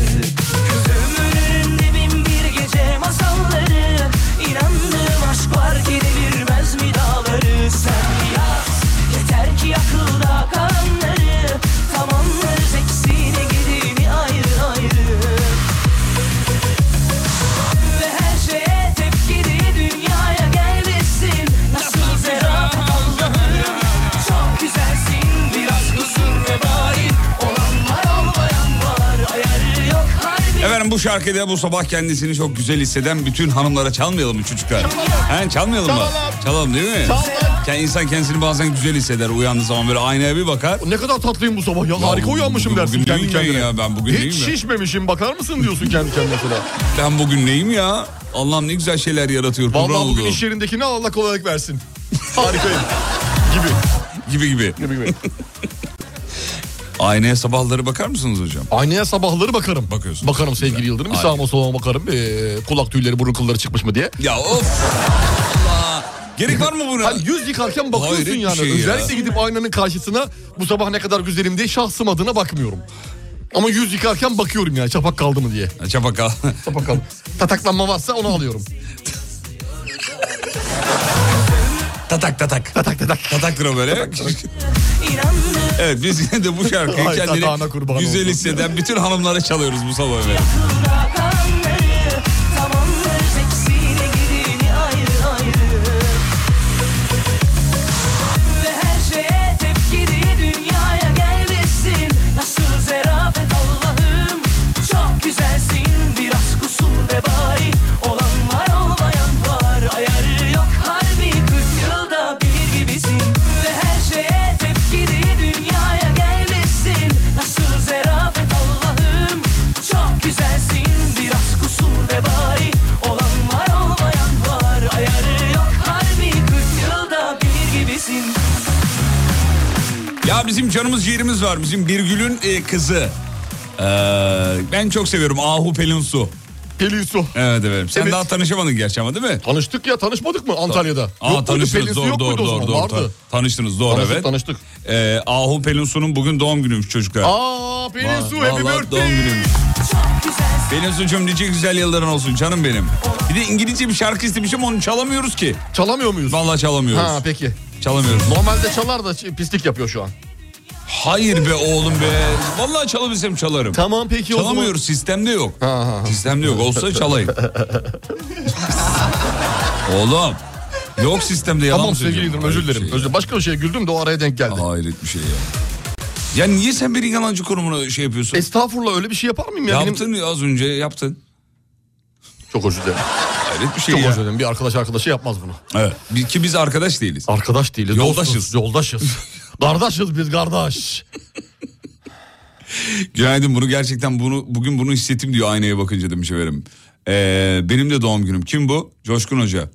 Gözümün önünde bin bir gece masalları İnandığım aşk var ki devirmez mi dağları Sen yaz yeter ki akılda kalanları Tamamlarız eksiğini gidini ayrı ayrı ve her şeye tepkili dünyaya gelmişsin Nasıl ferah Allah'ım Çok güzelsin biraz huzur ve bari Olan var olmayan var ayarı yok harbi Efendim bu şarkıda bu sabah kendisini çok güzel hisseden bütün hanımlara çalmayalım mı çocuklar? He, çalmayalım mı? Çalalım. Çalalım değil mi? Çalalım. İnsan kendisini bazen güzel hisseder uyandığı zaman böyle aynaya bir bakar. Ne kadar tatlıyım bu sabah ya. Harika bugün- uyanmışım bugün- dersin bugün kendi değil mi kendine. ya? Ben bugün Hiç değil mi? şişmemişim bakar mısın diyorsun kendi kendine mesela. Ben bugün neyim ya? Allah'ım ne güzel şeyler yaratıyor. Vallahi Kurban bugün olduğum. iş yerindekini Allah kolaylık versin. Harikayım. gibi. Gibi gibi. Gibi gibi. Aynaya sabahları bakar mısınız hocam? Aynaya sabahları bakarım. Bakıyorsun. Bakarım sevgili Yıldırım. Bir Aynen. sağıma soluma bakarım. Ee, kulak tüyleri burun kılları çıkmış mı diye. Ya of. Allah. Gerek var mı buna? Hani yüz yıkarken bakıyorsun Hayret bir yani. şey ya. Özellikle gidip aynanın karşısına bu sabah ne kadar güzelim diye şahsım adına bakmıyorum. Ama yüz yıkarken bakıyorum yani çapak kaldı mı diye. Çapaka. Çapak kaldı. Tataklanma varsa onu alıyorum. tatak tatak. Tatak tatak. Tataktır o böyle. evet biz yine de bu şarkıyı Ay, tatağına kendini kurban güzel oldum. hisseden bütün hanımlara çalıyoruz bu sabah efendim. Nasıl zerafet Allah'ım Çok güzelsin biraz kusur ve bari Olan var olmayan var Ayarı yok harbi 40 yılda bir gibisin Ya bizim canımız ciğerimiz var. Bizim Birgül'ün e, kızı. Ee, ben çok seviyorum Ahu Pelinsu. Pelin su. Evet efendim. Sen Evet. daha tanışamadın gerçi ama değil mi? Tanıştık ya tanışmadık mı Antalya'da? Aa, muydu? Pelin tanıştınız su doğru yok doğru muydu o doğru. zaman? doğru. Vardı. Ta- Tanıştınız doğru Tanıştık evet. tanıştık. Ee, Ahu Pelinsu'nun bugün doğum günüymüş çocuklar. Aa Pelin su happy Vallahi doğum birthday. günüymüş. Pelinsu'cum nice güzel yılların olsun canım benim. Bir de İngilizce bir şarkı istemişim onu çalamıyoruz ki. Çalamıyor muyuz? Vallahi çalamıyoruz. Ha peki. Çalamıyoruz. Normalde çalar da ç- pislik yapıyor şu an. Hayır be oğlum be. Vallahi çalabilsem çalarım. Tamam peki o zaman. Çalamıyoruz sistemde yok. Ha, ha. Sistemde yok olsa çalayım. Oğlum yok sistemde yalan Tamam mı sevgili söylüyorum? Yıldırım özür dilerim. Hayret bir şey Özür Başka bir şeye güldüm de o araya denk geldi. ya. Hayret bir şey ya. Ya niye sen bir yalancı konumuna şey yapıyorsun? Estağfurullah öyle bir şey yapar mıyım ya? Benim- yaptın ya az önce yaptın. Çok özür dilerim. Hayret bir şey Çok ya. özür dilerim. Bir arkadaş arkadaşı yapmaz bunu. Evet. Biz- Ki biz arkadaş değiliz. Arkadaş değiliz. Yoldaşız. dostuz, yoldaşız. kardeşiz biz kardeş. Günaydın bunu gerçekten bunu bugün bunu hissettim diyor aynaya bakınca demiş efendim. Ee, benim de doğum günüm. Kim bu? Coşkun Hoca.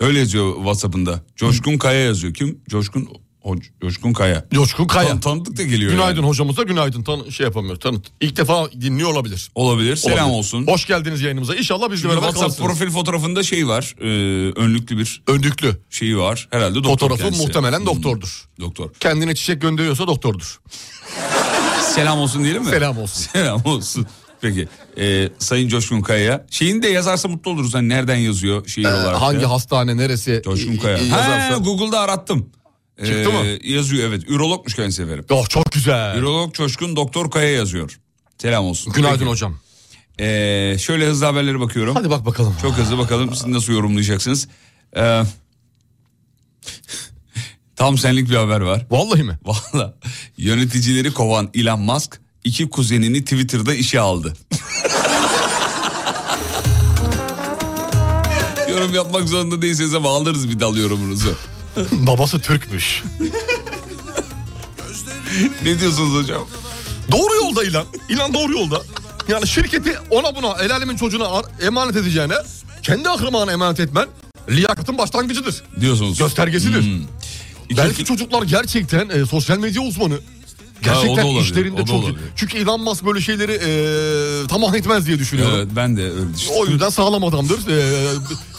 Öyle yazıyor Whatsapp'ında. Coşkun Kaya yazıyor. Kim? Coşkun Hoca- Coşkun Kaya. Coşkun Kaya. Tan- tanıdık da geliyor. Günaydın yani. hocamıza günaydın. Tan şey yapamıyor. Tanıt. İlk defa dinliyor olabilir. Olabilir. Selam Olabilir. olsun. Hoş geldiniz yayınımıza. İnşallah bizle Şimdi beraber WhatsApp kalırsınız. profil fotoğrafında şey var. e, önlüklü bir Öndüklü. şeyi var. Herhalde doktor Fotoğrafı kendisi. muhtemelen Hmm, doktordur. Doktor. Kendine çiçek gönderiyorsa doktordur. Selam olsun diyelim mi? Selam olsun. Selam olsun. Peki. e, Sayın Coşkun Kaya'ya. Şeyini de yazarsa mutlu oluruz. Hani nereden yazıyor şiir olarak. Ee, Hangi ya. hastane neresi? Coşkun i- i- Kaya. yazarsa- Ha, Google'da arattım. Çıktı mı? Ee, Yazıyor evet. Ürologmuş kendisi efendim. Oh, çok güzel. Ürolog Coşkun Doktor Kaya yazıyor. Selam olsun. Günaydın Peki. hocam. Ee, şöyle hızlı haberlere bakıyorum. Hadi bak bakalım. Çok hızlı bakalım siz nasıl yorumlayacaksınız. Ee, tam senlik bir haber var. Vallahi mi? Valla yöneticileri kovan Elon Musk iki kuzenini Twitter'da işe aldı. Yorum yapmak zorunda değilseniz ama alırız bir dal yorumunuzu. Babası Türkmüş. Ne diyorsunuz hocam? Doğru yolda İlan. İlan doğru yolda. Yani şirketi ona buna el alemin çocuğuna ar- emanet edeceğine kendi akrabana emanet etmen liyakatın başlangıcıdır. Diyorsunuz. Göstergesidir. Hmm. İki- Belki çocuklar gerçekten e, sosyal medya uzmanı. o da Gerçekten olabilir, o işlerinde da çok iyi. olabilir. Çünkü Elon Musk böyle şeyleri e, tamah etmez diye düşünüyorum. Evet, ben de öyle düşünüyorum. O yüzden sağlam adamdır. E,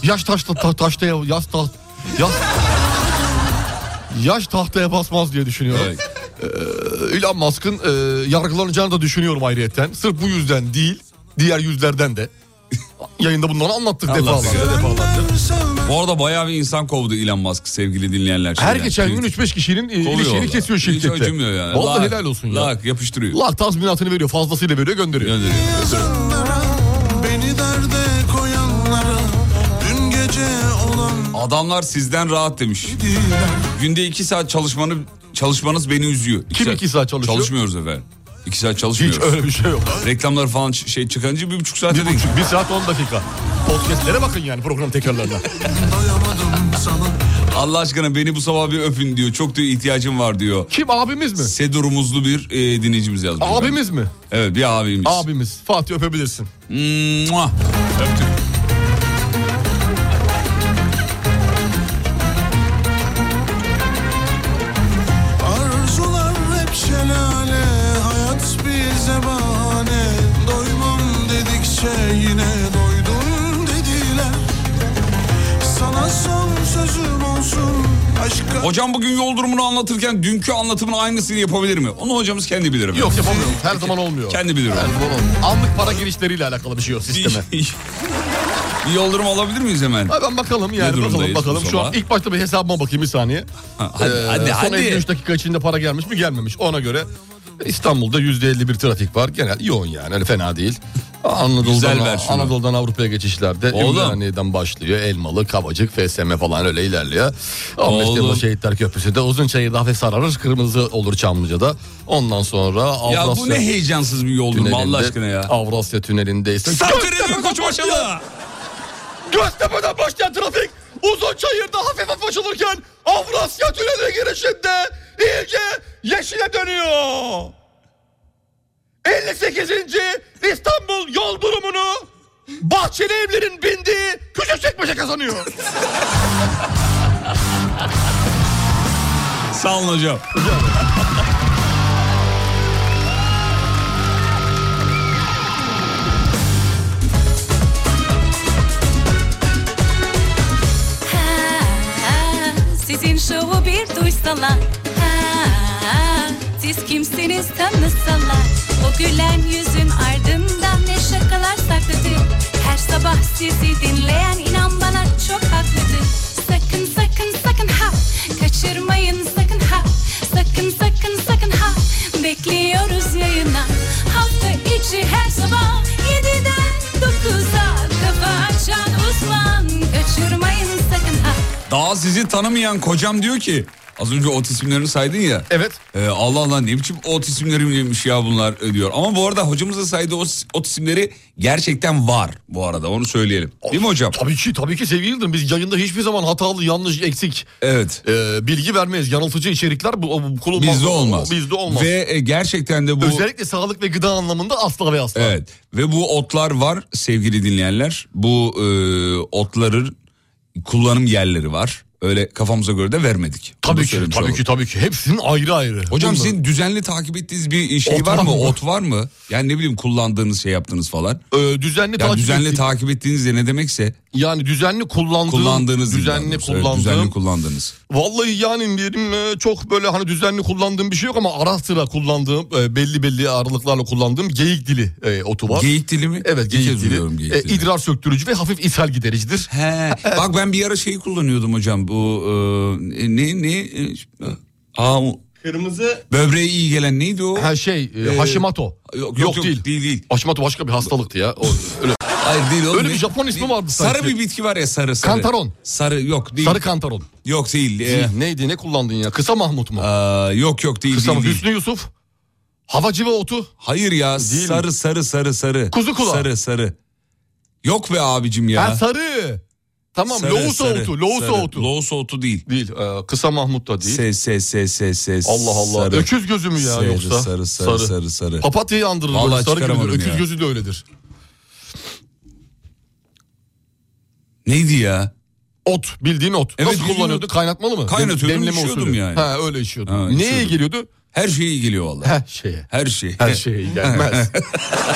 yaş taşta ta, taşta yaş taht yaş yaş tahtaya basmaz diye düşünüyorum. Ee, Evet. Elon Musk'ın e, yargılanacağını da düşünüyorum ayrıyetten. Sırf bu yüzden değil, diğer yüzlerden de. Yayında bunları anlattık Anlattık, defalarca. evet. defalarca. Bu arada bayağı bir insan kovdu Elon Musk sevgili dinleyenler. Her Şeyden. geçen gün Twitter- 3-5 kişinin e, Kovuyor ilişkini vallahi. kesiyor Hiç şirkette. acımıyor yani. Vallahi Lak, helal olsun ya. Lak yapıştırıyor. Allah tazminatını veriyor, fazlasıyla veriyor, gönderiyor. Gönderiyor. Beni derde koyanlara Dün gece olan Adamlar sizden rahat demiş. Günde iki saat çalışmanı çalışmanız beni üzüyor. İki Kim iki saat çalışıyor? Çalışmıyoruz efendim. İki saat çalışmıyoruz. Hiç öyle bir şey yok. Reklamlar falan ç- şey çıkınca bir buçuk saat Bir, dedin. buçuk, bir saat 10 dakika. Podcastlere bakın yani program tekrarlarına. doyamadım sana Allah aşkına beni bu sabah bir öpün diyor. Çok diyor ihtiyacım var diyor. Kim abimiz mi? Sedurumuzlu bir e, dinleyicimiz yazmış. Abimiz mi? Evet bir abimiz. Abimiz. Fatih öpebilirsin. Mua. Öptük. Arzular hep şelale son sözüm olsun aşka. Hocam bugün yol durumunu anlatırken dünkü anlatımın aynısını yapabilir mi? Onu hocamız kendi bilir. Yok yapamıyorum. Her zaman olmuyor. Kendi bilir o. Her zaman olmuyor. Anlık para girişleriyle alakalı bir şey yok sisteme. Bir, bir yol durumu alabilir miyiz hemen? Ha ben bakalım yani bakalım durumdayız bu bakalım. Şu an sabah? ilk başta bir hesabıma bakayım bir saniye. Ha, hadi Ee, hadi son hadi. 53 dakika içinde para gelmiş mi gelmemiş ona göre. İstanbul'da %51 trafik var. Genel yoğun yani hani fena değil. Güzel Anadolu'dan, ver şunu. Anadolu'dan Avrupa'ya geçişlerde Oğlum. Ümraniye'den başlıyor. Elmalı, Kabacık, FSM falan öyle ilerliyor. 15 Oğlum. Temmuz Şehitler Köprüsü'nde Uzunçayır'da hafif sararır. Kırmızı olur Çamlıca'da. Ondan sonra Ya Avrasya bu ne heyecansız bir yol durumu Allah Tüneli'nde- aşkına ya. Avrasya Tüneli'nde ise... Saptır ediyor koçbaşalı. Göztepe'den başlayan trafik uzun çayırda hafif hafif açılırken Avrasya Tüneli girişinde iyice yeşile dönüyor. 58. İstanbul yol durumunu bahçeli evlerin bindiği küçük çekmece kazanıyor. Sağ olun hocam. Ha, Sizin şovu bir duysalar Ha, Siz kimsiniz tanısalar O gülen yüzün ardından ne şakalar saklıdır Her sabah sizi dinleyen inan bana çok haklıdır Sakın sakın sakın ha Kaçırmayın sakın ha Sakın sakın sakın ha Bekliyoruz yayına Hafta içi her sabah 7'den 9'a Kafa açan uzman Kaçırmayın sakın ha Daha sizi tanımayan kocam diyor ki az önce ot isimlerini saydın ya. Evet. e, Allah Allah ne biçim ot isimlerimmiş ya bunlar e, diyor. Ama bu arada hocamız da saydığı ot, ot isimleri gerçekten var bu arada onu söyleyelim. Değil mi hocam? Tabii ki tabii ki sevgili Yıldırım. Biz yayında hiçbir zaman hatalı, yanlış, eksik Evet. e, bilgi vermeyiz. Yanıltıcı içerikler bu, bu kullanılmaz. Bizde olmaz. Bizde olmaz. Ve e, gerçekten de bu Özellikle sağlık ve gıda anlamında asla ve asla. Evet ve bu otlar var sevgili dinleyenler. Bu e, otların kullanım yerleri var. Öyle kafamıza göre de vermedik. Onu da Tabii ki, söylemiş tabii olalım. ki, tabii ki. Hepsinin ayrı ayrı. Hocam Bunlar- sizin düzenli takip ettiğiniz bir şey Ot var var mı? mı? Ot var mı? Yani ne bileyim kullandığınız şey yaptığınız falan. Ee, düzenli Yani takip düzenli ettiğim- takip ettiğiniz de ne demekse yani düzenli kullandığım kullandığınız değil düzenli daha doğrusu. Evet, kullandığım düzenli kullandığınız. vallahi yani benim e, çok böyle hani düzenli kullandığım bir şey yok ama ara sıra kullandığım e, belli belli aralıklarla kullandığım geyik dili e, otu var. Geyik dili mi? evet Bir kez geyik dili. duyuyorum geyik E, dilini. idrar söktürücü ve hafif ishal gidericidir. He. Bak ben bir ara şeyi kullanıyordum hocam. Bu e, ne ne e, aa, o- Kırmızı böbreğe iyi gelen neydi o? Ee, Ha şey e, Hashimoto. Yok, Yok, değil. değil değil. Hashimoto başka bir hastalıktı ya. O, öyle. Hayır değil oğlum. Öyle Ne- bir Japon ismi ne- vardı Sarı sanki. bir bitki var ya sarı sarı. Kantaron. Sarı yok değil. Sarı kantaron. Yok değil. Değil. Ee, Neydi ne kullandın ya? Kısa Mahmut mu? aa, yok yok değil Kısa değil. mı? değil. Hüsnü Yusuf. Havacı ve otu. Hayır ya Değil mi? sarı sarı sarı sarı. Kuzu kulağı. Sarı sarı. Yok be abicim ya. Ha, sarı. Tamam Sarı, loğusa sarı, otu. Loğusa sarı. otu. Loğusa otu değil. Değil. e, kısa Mahmut da değil. Se se se se se. Allah Allah. Sarı. Öküz gözü mü ya sarı, yoksa? Sarı sarı sarı sarı. sarı. Papatya'yı andırır. Vallahi böyle, sarı çıkaramadım gözü. Öküz ya. gözü de öyledir. Neydi ya? Ot. Bildiğin ot. Evet, Nasıl bildiğin kullanıyordu? ot. Kaynatmalı mı? Kaynatıyordum, Demleme içiyordum usulü. yani. Ha öyle içiyordum. Ha, Neye içiyordum. geliyordu? Her şeye iyi geliyor vallahi. Ha şeye. Her şey. Her şeye gelmez.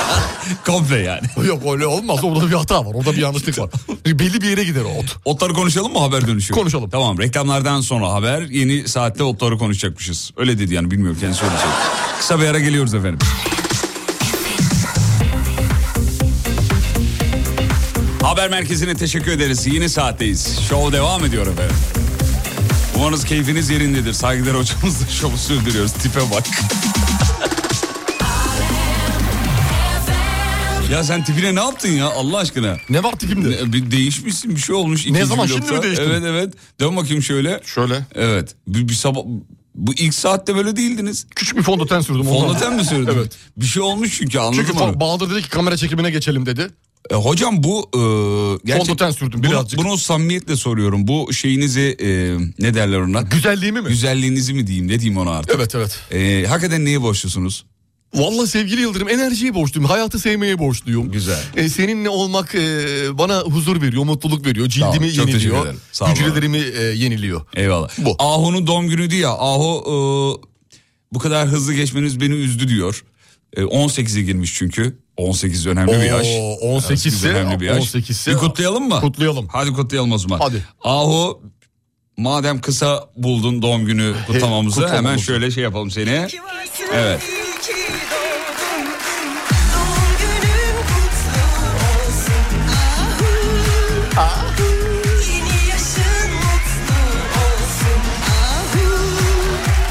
Komple yani. Yok öyle olmaz. Orada bir hata var. Orada bir yanlışlık var. Belli bir yere gider o ot. Otları konuşalım mı haber dönüşü? Konuşalım. Tamam reklamlardan sonra haber yeni saatte otları konuşacakmışız. Öyle dedi yani bilmiyorum kendisi öyle söyledi. Kısa bir ara geliyoruz efendim. Haber merkezine teşekkür ederiz. Yeni saatteyiz. Show devam ediyor efendim. Umarız keyfiniz yerindedir. Saygılar hocamızla şovu sürdürüyoruz. Tipe bak. ya sen tipine ne yaptın ya Allah aşkına? Ne var tipimde? Ne- bir değişmişsin bir şey olmuş. ikinci zaman, şimdi blokta. mi değiştin? Evet evet. Dön bakayım şöyle. Şöyle. Evet. Bir, bir sabah bu ilk saatte böyle değildiniz. Küçük bir fondöten sürdüm. ondan. Fondöten mi sürdün? Evet. Bir şey olmuş çünkü anladım Çünkü onu. fa- Bahadır dedi ki kamera çekimine geçelim dedi. E, hocam bu e, gerçek- Fondöten sürdüm Bunu- birazcık. Bunu, samimiyetle soruyorum. Bu şeyinizi e, ne derler ona? Güzelliğimi mi? Güzelliğinizi mi diyeyim ne diyeyim ona artık? Evet evet. E, hakikaten neye borçlusunuz? Vallahi sevgili Yıldırım enerjiye borçluyum. Hayatı sevmeye borçluyum. Güzel. E, seninle olmak e, bana huzur veriyor, mutluluk veriyor. ol, Cildimi çok teşekkür yeniliyor. ederim. Sağ ol abi. Hücrelerimi e, yeniliyor. Eyvallah. Bu. Ahu'nun doğum günüydü ya. Ahu e, bu kadar hızlı geçmeniz beni üzdü diyor. E, 18'e girmiş çünkü. 18 önemli bir yaş. Oo, 18 ise- önemli bir yaş. 18 ise- bir kutlayalım mı? Kutlayalım. Hadi kutlayalım o zaman. Hadi. Ahu madem kısa buldun doğum günü kutlamamızı kutlamamızı. hemen şöyle şey yapalım seni. Evet.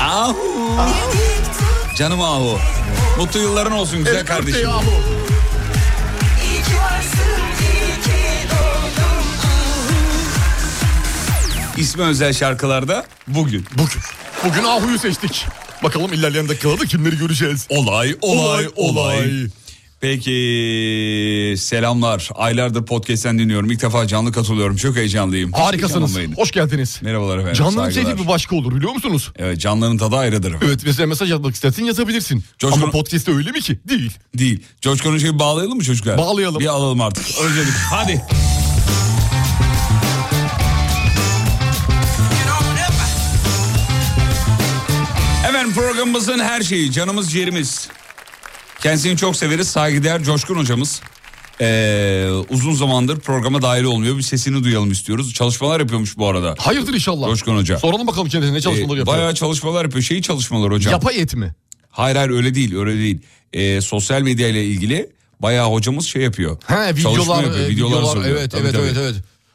Ahu. Canım Ahu. Mutlu yılların olsun güzel kardeşim. İsmi özel şarkılarda bugün. Bugün, bugün Ahu'yu seçtik. Bakalım ilerleyen dakikalarda kimleri göreceğiz. Ee, Olay, olay, olay. olay. Peki selamlar. Aylardır podcast'ten dinliyorum. İlk defa canlı katılıyorum. Çok heyecanlıyım. Hiç Harikasınız. heyecanlanmayın. Hoş geldiniz. Merhabalar efendim. Canlı saygılar. içeriği bir şey başka olur biliyor musunuz? Evet canlının tadı ayrıdır. efendim. Evet mesela mesaj yazmak istersin yazabilirsin. Coşkun- Ama podcast'te öyle mi ki? Değil. Değil. Coşkun'un şeyi bağlayalım mı çocuklar? Bağlayalım. Bir alalım artık. Özledik. Hadi. Efendim programımızın her şeyi canımız ciğerimiz. Kendisini çok severiz saygıdeğer Coşkun hocamız. Ee, uzun zamandır programa dahil olmuyor. Bir sesini duyalım istiyoruz. Çalışmalar yapıyormuş bu arada. Hayırdır inşallah. Coşkun Hoca. Soralım bakalım kendisine ne çalışmaları Ee, yapıyor. bayağı çalışmalar yapıyor. Şey çalışmalar hocam. Yapay et mi? Hayır hayır öyle değil öyle değil. Ee, sosyal medya ile ilgili bayağı hocamız şey yapıyor. He Çalışma videolar, yapıyor, e, videolar videolar soruyor. evet Tabii, evet tabii. evet evet.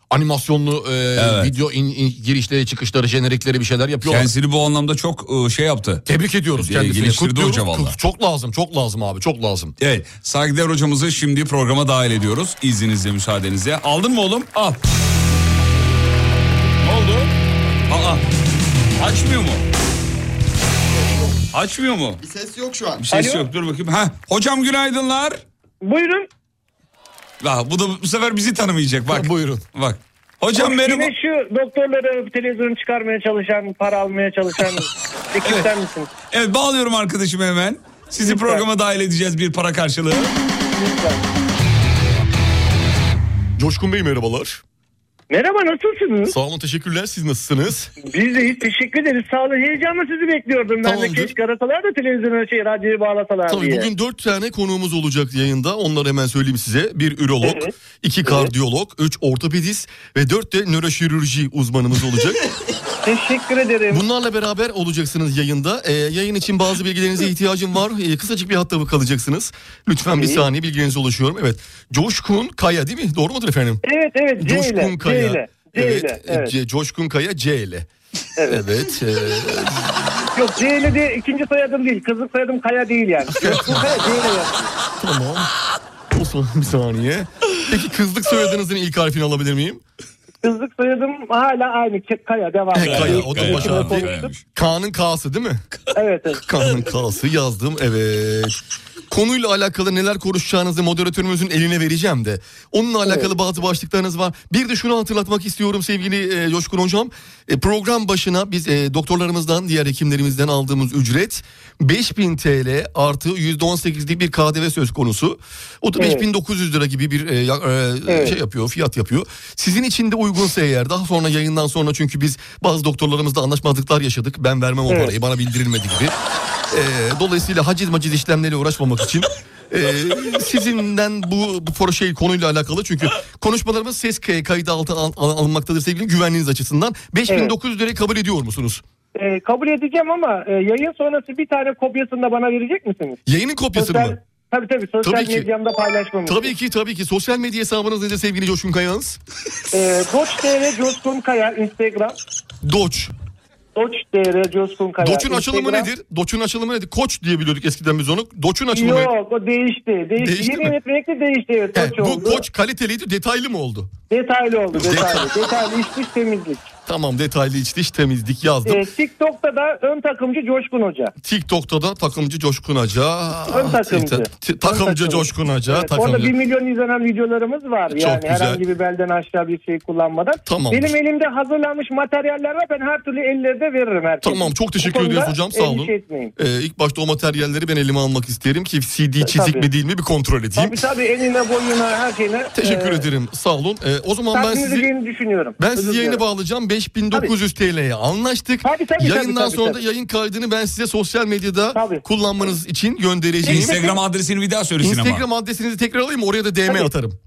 Animasyonlu e, video in- in- girişleri, çıkışları, jenerikleri bir şeyler yapıyorlar. Kendisini bu anlamda çok e, şey yaptı. Tebrik ediyoruz Ee, kendisini. geliştirdi Kutluyoruz. hoca valla. Kut- Çok lazım, çok lazım abi, çok lazım. Evet saygıdeğer hocamızı şimdi programa dahil ediyoruz. İzninizle müsaadenizle. Aldın mı oğlum? Al. Ne oldu? Aa açmıyor mu? Açmıyor mu? Bir ses yok şu an. Bir ses yok dur bakayım. Ha, hocam günaydınlar. Buyurun. Vah, bu da bu sefer bizi tanımayacak bak. Buyurun. Bak. Hocam merhaba. Yine şu doktorları övüp televizyonu çıkarmaya çalışan, para almaya çalışan ekipten misiniz? Evet bağlıyorum arkadaşımı hemen. Sizi programa dahil edeceğiz bir para karşılığı. Lütfen. Coşkun Bey merhabalar. Merhaba nasılsınız? Sağ olun, teşekkürler. Siz nasılsınız? Biz de hiç teşekkür ederiz. Sağ olun. Heyecanla sizi bekliyordum. Ben de Tamamdır. keşke arasalar da televizyona şey, radyoyu bağlasalar Tabii diye. bugün dört tane konuğumuz olacak yayında. Onları hemen söyleyeyim size. Bir ürolog, Evet. iki kardiyolog, üç ortopedist ve dört de nöroşirürji uzmanımız olacak. Teşekkür ederim. Bunlarla beraber olacaksınız yayında. Ee, yayın için bazı bilgilerinize ihtiyacım var. Ee, kısacık bir hatta kalacaksınız. Lütfen bir saniye bilgilerinize ulaşıyorum. Evet. Coşkun Kaya değil mi? Doğru mudur efendim? Evet evet. C ile. Coşkun C Kaya. ile. C Evet, ile, evet. C- Coşkun Kaya C ile. Evet. Evet. ee, Yok C ile diye ikinci soyadım değil. Kızlık soyadım Kaya değil yani. Coşkun Kaya C ile. yaz. tamam. O zaman bir saniye. Peki kızlık soyadınızın ilk harfini alabilir miyim? Kızlık soyadım hala aynı. Ke- Kaya devam. Kaya, Yani. o da başa Kaya, değil. Kaya'ymış. Kaan'ın K'sı değil mi? Evet evet. Kaan'ın K'sı yazdım evet. Konuyla alakalı neler konuşacağınızı moderatörümüzün eline vereceğim de. Onunla alakalı bazı başlıklarınız var. Bir de şunu hatırlatmak istiyorum sevgili e, Coşkun Hocam. E, program başına biz e, doktorlarımızdan, diğer hekimlerimizden aldığımız ücret 5000 TL artı %18'lik bir KDV söz konusu. O da Evet. 5900 lira gibi bir e, ya- e, Evet. şey yapıyor, fiyat yapıyor. Sizin için de uygunsa eğer daha sonra yayından sonra çünkü biz bazı doktorlarımızla anlaşmazlıklar yaşadık. Ben vermem o Evet. parayı bana bildirilmedi gibi. Ee, dolayısıyla haciz maciz işlemleriyle uğraşmamak için ee, sizinden bu, bu pro- şey konuyla alakalı çünkü konuşmalarımız ses kay- kaydı altına al- al- alınmaktadır sevgili güvenliğiniz açısından. 5900 lirayı kabul ediyor musunuz? E, kabul edeceğim ama e, yayın sonrası bir tane kopyasını da bana verecek misiniz? Yayının kopyasını mı? Tabii tabii. Sosyal Tabii ki. medyamda paylaşmamız. Tabii ki tabii ki. Sosyal medya hesabınız nedir sevgili Coşkun Kayağız? E, Doç TV Coşkun Kaya Instagram. Doç. Doç TV Coşkun Kaya Doç'un açılımı Instagram. nedir? Doç'un açılımı nedir? Koç diye biliyorduk eskiden biz onu. Doç'un açılımı. Yok o değişti. değişti. Değişti Yeni mi? yönetmelikte değişti. Evet, He, Koç bu oldu. koç kaliteliydi detaylı mı oldu? Detaylı oldu. Detaylı. detaylı iç dış temizlik. Tamam detaylı iç diş temizlik yazdım. E, TikTok'ta da ön takımcı Coşkun Hoca. TikTok'ta da takımcı Coşkun Hoca. Ön takımcı. Ti- ti- takımcı Ön takımcı. Coşkun Hoca. Evet, orada takımcı. 1 milyon izlenen videolarımız var. Çok yani güzel. herhangi bir belden aşağı bir şey kullanmadan. Tamamdır. Benim elimde hazırlanmış materyaller var. Ben her türlü ellerde veririm herkese. Tamam çok Bu teşekkür konuda şey- ediyoruz hocam sağ olun. endişe etmeyin. Ee, ilk başta o materyalleri ben elime almak isterim ki CD çizik Tabii. mi değil mi bir kontrol edeyim. Tabii tabii enine boyuna her şeyine. Teşekkür e, ederim sağ olun. Ee, o zaman ben Takdim sizi edeceğini düşünüyorum. ben Özür sizi yayına dilerim. bağlayacağım. 5900 TL'ye anlaştık. Tabii, tabii, tabii, Yayından tabii, sonra da tabii. yayın kaydını ben size sosyal medyada Tabii. kullanmanız için göndereceğim. Instagram adresini bir daha söylesin ama. Instagram adresinizi tekrar alayım oraya da DM Tabii. atarım.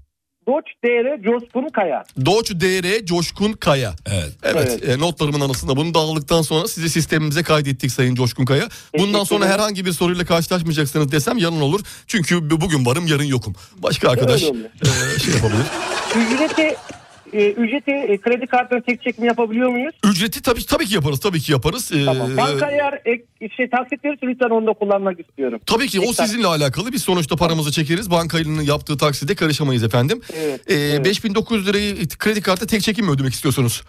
Doç DR Coşkun Kaya. Doç DR Coşkun Kaya. Evet. Evet, Evet. e, notlarımın anasında bunu da aldıktan sonra sizi sistemimize kaydettik Sayın Coşkun Kaya. Bundan Teşekkür sonra ederim. herhangi bir soruyla karşılaşmayacaksınız desem yalan olur. Çünkü bu- bugün varım yarın yokum. Başka arkadaş Öyle oluyor. e, şey yapabilir. Ücreti e, ücreti e, kredi kartına çek çekimi yapabiliyor muyuz? Ücreti tabii tabii ki yaparız tabii ki yaparız. E, Tamam. Banka eğer e, şey taksit verirse lütfen onu da kullanmak istiyorum. Tabii ki o Tekrar. sizinle alakalı. Biz sonuçta paramızı çekeriz. Bankanın yaptığı takside karışamayız efendim. Evet, Ee, evet. 5900 lirayı kredi kartı tek çekim mi ödemek istiyorsunuz?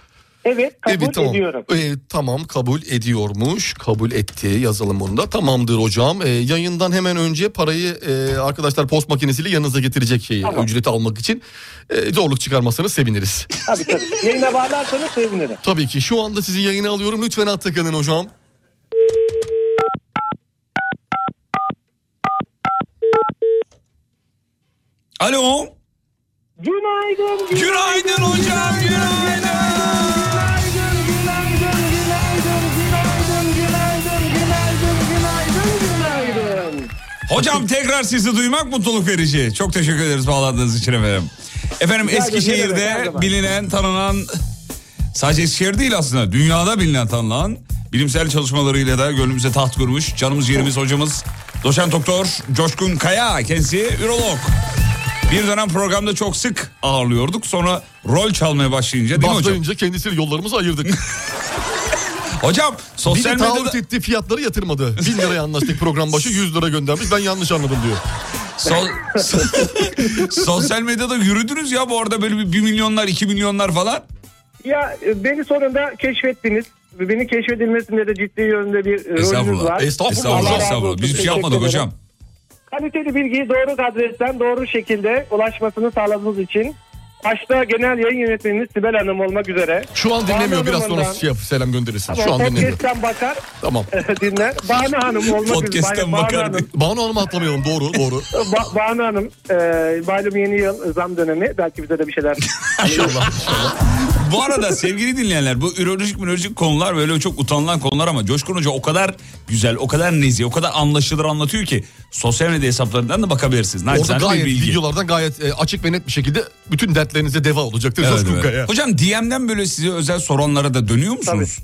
Evet kabul evet, tamam. ediyorum. Ee, tamam kabul ediyormuş. Kabul etti yazalım bunu da. Tamamdır hocam. Ee, yayından hemen önce parayı e, arkadaşlar post makinesiyle yanınıza getirecek şeyi Tamam. ücreti almak için. Ee, zorluk çıkarmazsanız seviniriz. Tabii tabii. Yayına bağlarsanız sevinirim. Tabii ki şu anda sizi yayına alıyorum. Lütfen hatta kalın hocam. Alo. Günaydın. Günaydın hocam günaydın. Hocam tekrar sizi duymak mutluluk verici. Çok teşekkür ederiz bağlandığınız için efendim. Efendim ederim, ne demek, her Eskişehir'de zaman. bilinen, tanınan, sadece Eskişehir değil aslında dünyada bilinen, tanınan, bilimsel çalışmalarıyla da gönlümüze taht kurmuş, canımız yerimiz hocamız, doçent doktor Coşkun Kaya, kendisi ürolog. Bir dönem programda çok sık ağırlıyorduk. Sonra rol çalmaya başlayınca değil mi hocam? Başlayınca kendisiyle yollarımızı ayırdık. Hocam Bir de sosyal medyada... taahhüt ettiği fiyatları yatırmadı. 1000 liraya anlaştık program başı 100 lira göndermiş ben yanlış anladım diyor. So- so- sosyal medyada yürüdünüz ya bu arada böyle bir, bir milyonlar, iki milyonlar falan. Ya e, beni sonunda keşfettiniz. Beni keşfedilmesinde de ciddi yönde bir e, rolünüz Estağfurullah. var. Allah Estağfurullah. razı estağfurullah. Biz olsun. bir şey Teşekkür yapmadık ederim. hocam. Kaliteli bilgiyi doğru adresten doğru şekilde ulaşmasını sağladığınız için başta genel yayın yönetmeniniz Sibel Hanım olmak üzere. Şu an dinlemiyor Bahane biraz sonra Hanım'dan- şey yap, selam gönderirsin. Şu Tamam, an dinlemiyor. Podcast'ten bakar Tamam. dinler. Bahane Hanım olmak üzere. Podcast'ten Bahane bakar. Hanım. Banu Hanım'ı atlamayalım doğru doğru. Ba- Banu Hanım, e, malum yeni yıl zam dönemi. Belki bize de bir şeyler. İnşallah. Bu arada sevgili dinleyenler bu ürolojik mürolojik konular böyle çok utanılan konular ama Coşkun Hoca o kadar güzel, o kadar nezih, o kadar anlaşılır anlatıyor ki sosyal medya hesaplarından da bakabilirsiniz. Orada Naçizane bir gayet bilgi. videolardan gayet e, açık ve net bir şekilde bütün dertlerinize deva olacaktır. Evet, söz evet. Kukaya. Hocam DM'den böyle size özel soranlara da dönüyor musunuz?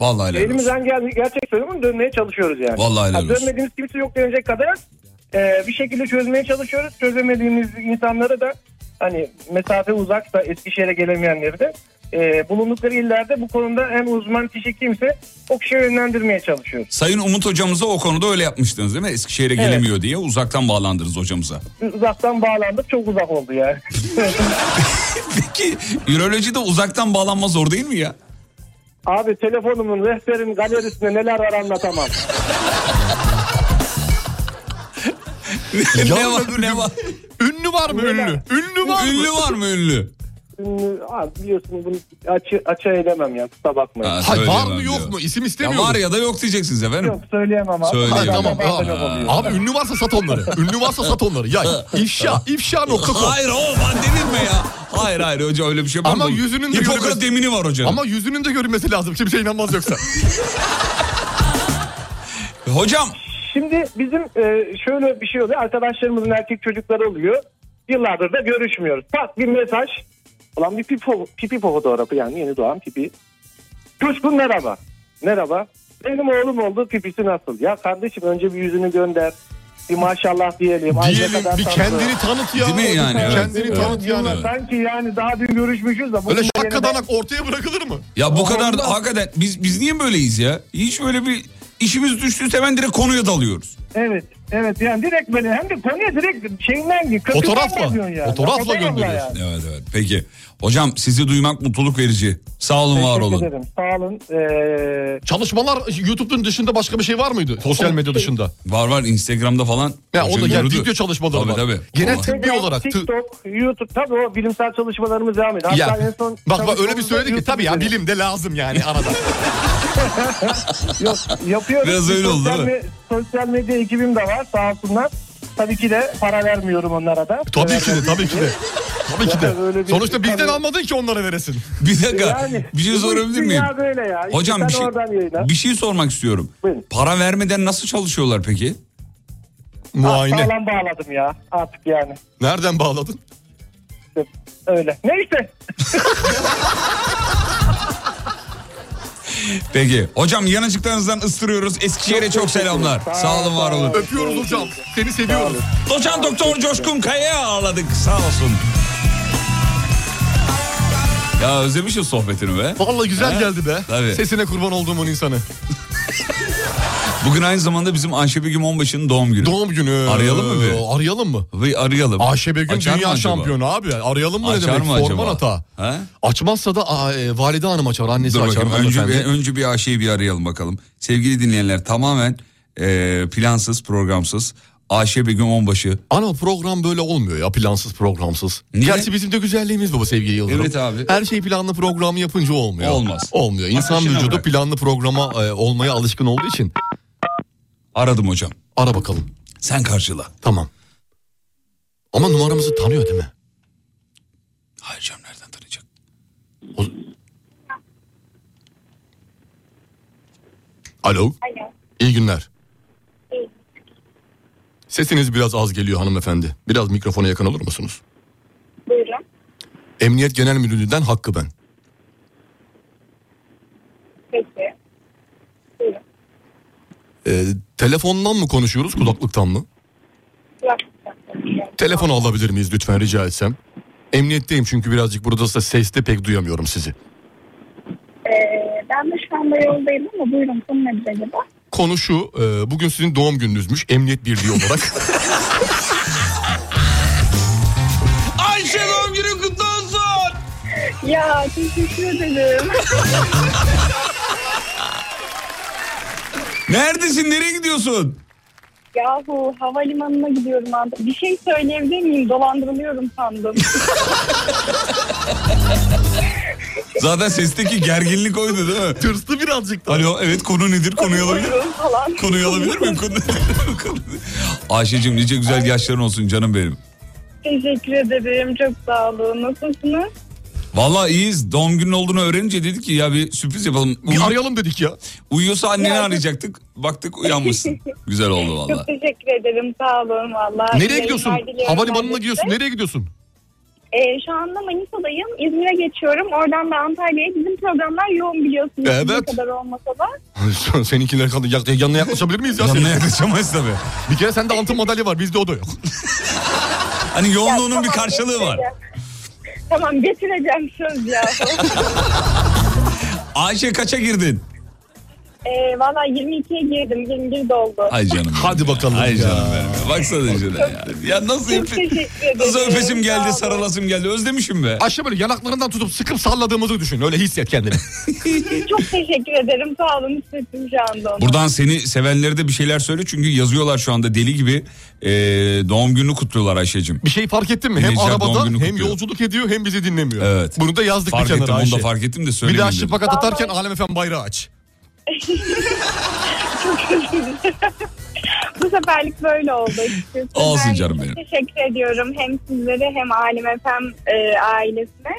Vallahi helal olsun. Elimizden geldiği gerçek söylüyorum dönmeye çalışıyoruz yani. Vallahi helal Ha, olsun. Dönmediğimiz kimse yok denecek kadar e, bir şekilde çözmeye çalışıyoruz. Çözemediğimiz insanlara da hani mesafe uzaksa Eskişehir'e gelemeyenleri de e, bulundukları illerde bu konuda en uzman kişi kimse o kişiye yönlendirmeye çalışıyoruz. Sayın Umut hocamıza o konuda öyle yapmıştınız değil mi? Eskişehir'e gelemiyor diye uzaktan bağlandınız hocamıza. Biz uzaktan bağlandık çok uzak oldu yani. Peki ürolojide uzaktan bağlanma zor değil mi ya? Abi telefonumun rehberin galerisinde neler var anlatamam. ne var ne var? Ünlü var mı ünlü? Ünlü var ünlü mı? var mı ünlü? Ünlü- abi biliyorsunuz bunu açı, açı edemem ya kusura bakmayın. Ha, Hayır, var söyleyemem mı yok diyor. mu? İsim Ya istemiyorum. var ya da yok diyeceksiniz efendim. Yok söyleyemem abi. Söyleyemem. Bazen Tamam, Ah. bazen tamam. oluyor. Abi ünlü varsa sat onları. ünlü varsa sat onları. Yay. İfşa. ifşa.com. Hayır o ben denirme ya. Hayır hayır hoca öyle bir şey var Ama mı? yüzünün de Hipokrat görünmesi- demini var hocanın. Ama yüzünün de görünmesi lazım. Kimse inanmaz yoksa. E, Hocam Şimdi bizim e, şöyle bir şey oluyor. Arkadaşlarımızın erkek çocukları oluyor. Yıllardır da görüşmüyoruz. Pat bir mesaj. Ulan bir pipo, pipi fotoğrafı yani yeni doğan pipi. Coşkun merhaba. Merhaba. Benim oğlum oldu pipisi nasıl? Ya kardeşim önce bir yüzünü gönder. Bir maşallah diyelim. Ay ne Diyelim kadar bir tatlı. kendini tanıt ya. Değil mi yani? Evet. Kendini Evet. tanıt yani. Yıllar- Sanki yani daha dün görüşmüşüz da. bugün Öyle de şakka yeniden- danak ortaya bırakılır mı? ya bu kadar da hakikaten biz, biz niye böyleyiz ya? Hiç böyle bir işimiz düştüyse hemen direkt konuya dalıyoruz. Evet. Evet yani direkt böyle hem de konuya direkt şeyinden gibi. Fotoğrafla. Fotoğrafla gönderiyorsun. Evet evet peki. Hocam sizi duymak mutluluk verici. Sağ olun var Teşekkür olun. ederim. Sağ olun. Ee, Çalışmalar YouTube'un dışında başka bir şey var mıydı? Sosyal medya dışında. Var var Instagram'da falan. Ya o da Hocanın yani yürüdü. video çalışmaları Tabii, var. tabii. Genel Vallahi. tıbbi Instagram, olarak. tı- TikTok, YouTube tabii o bilimsel çalışmalarımız devam ediyor. Ya. Hatta en son Bak bak öyle bir söyledik ki YouTube'da tabii ya izledim. bilim de lazım yani arada. Yok, yapıyoruz. Biraz Bir öyle oldu, sosyal değil mi? me- Sosyal medya ekibim de var sağ olsunlar. Tabii ki de para vermiyorum onlara da. tabii ki de tabii ki de. Tabii ki de. Ya böyle bir- şey Sonuçta bizden tabii. almadın ki onlara veresin. Bir dakika. Yani, bir şey bu sorabilir miyim? dünya böyle ya. İşte Hocam sen bir şey, oradan yayına. bir şey sormak istiyorum. Buyurun. Para vermeden nasıl çalışıyorlar peki? Muayene. Sağlam bağladım ya artık yani. Nereden bağladın? İşte Öyle. Neyse. Peki. Hocam yanıcıklarınızdan ıstırıyoruz. Eskişehir'e çok selamlar. Sağ olun var olun. Öpüyoruz hocam. Seni seviyoruz. Doçan Doktor Coşkun Kaya'ya ağladık. Sağ olsun. Ya özlemişim sohbetini be. Vallahi güzel geldi be. Tabii. Sesine kurban olduğumun insanı. Bugün aynı zamanda bizim Ayşe Begüm 15'in doğum günü. Doğum günü. Arayalım mı bir? Arayalım mı? Bir arayalım. Ayşe Begüm Açar mı dünya acaba? şampiyonu abi. Arayalım mı Açar ne demek? mı acaba? Forman hata. He? Açmazsa da aa, e, valide hanım açar. Annesi Dur açar. bakayım. Önce hanımefendi. bir, önce bir Ayşe'yi bir arayalım bakalım. Sevgili dinleyenler tamamen e, plansız, programsız. Ayşe Begüm Onbaşı. Ana program böyle olmuyor ya plansız programsız. e, Niye? Gerçi bizim de güzelliğimiz bu sevgili Yıldırım. Evet abi. Her şey planlı program yapınca olmuyor. Olmaz. şey Olmuyor. İnsan Akışına vücudu bırak. planlı programa e, olmaya alışkın olduğu için. Aradım hocam. Ara bakalım. Sen karşıla. Tamam. Ama numaramızı tanıyor değil mi? Hayır canım nereden tanıyacak? O- Alo. İyi günler. Sesiniz biraz az geliyor hanımefendi. Biraz mikrofona yakın olur musunuz? Buyurun. Emniyet Genel Müdürlüğü'nden Hakkı ben. Peki. Ee, telefondan mı konuşuyoruz kulaklıktan mı? Kulaklıktan konuşuyorum. Telefonu alabilir miyiz lütfen rica etsem? Emniyetteyim çünkü birazcık burada da seste pek duyamıyorum sizi. Ee, ben de şu anda yoldayım ama buyurun konu nedir acaba? Konu şu, e, bugün sizin doğum gününüzmüş emniyet birliği olarak. Ayşe doğum günü kutlu olsun. Ya teşekkür ederim. Neredesin nereye gidiyorsun? Yahu havalimanına gidiyorum artık. Bir şey söyleyebilir miyim? Dolandırılıyorum sandım. Zaten sesteki gerginlik oydu değil mi? Tırstı birazcık da. Alo evet konu nedir konuyu alabilir Buyurun falan. Konuyu alabilir miyim? Konu... Ayşe'cim nice güzel yaşların olsun canım benim. Teşekkür ederim. Çok sağ olun. Nasılsınız? Vallahi iyiyiz. Doğum günün olduğunu öğrenince dedik ki ya bir sürpriz yapalım. Bir Uyu- arayalım dedik ya. Uyuyorsa anneni arayacaktık. Baktık uyanmışsın. Güzel oldu valla. Çok teşekkür ederim. Sağ olun valla. Nereye Yayınlar gidiyorsun? diliyorum Havalimanına herkese. gidiyorsun. Nereye gidiyorsun? Ee, şu anda Manisa'dayım. İzmir'e geçiyorum. Oradan da Antalya'ya. Bizim programlar yoğun biliyorsunuz. Evet. Ne kadar olmasa da. Seninkiler kaldı. Ya- Yanına yaklaşabilir miyiz ya? Yanına senin? yaklaşamayız tabii. Bir kere sende altın madalya var. Bizde o da yok. Hani yoğunluğunun bir Tamam, karşılığı var. getireceğim. Tamam getireceğim söz ya. Ayşe kaça girdin? ee, Valla 22'ye girdim. 21 doldu. Ay canım. benim Hadi ya. bakalım Ay ya. canım benim. ya. Baksana şuna ya. Ya nasıl, Çok öpe- teşekkür ederim. nasıl öpesim Sağ geldi, olun. sarılasım geldi. Özlemişim be. Aşağı böyle yanaklarından tutup sıkıp salladığımızı düşün. Öyle hisset kendini. Çok teşekkür ederim. Sağ olun. Hissettim şu anda onu. Buradan seni sevenlere de bir şeyler söyle. Çünkü yazıyorlar şu anda deli gibi. Ee, doğum gününü kutluyorlar Ayşe'cim. Bir şey fark ettin mi? Hem Dinleyiciler doğum arabada günü hem kutluyor. yolculuk ediyor hem bizi dinlemiyor. Evet. Bunu da yazdık Fark bir kenara ettim, onu Ayşe. da fark ettim de Bir daha söylemeyeyim dedim. şıpakat atarken Alem Efem bayrağı aç. Bu seferlik böyle oldu. açıkçası. Olsun Ben canım çok benim. Teşekkür ediyorum hem sizlere hem Alim Efem e, ailesine.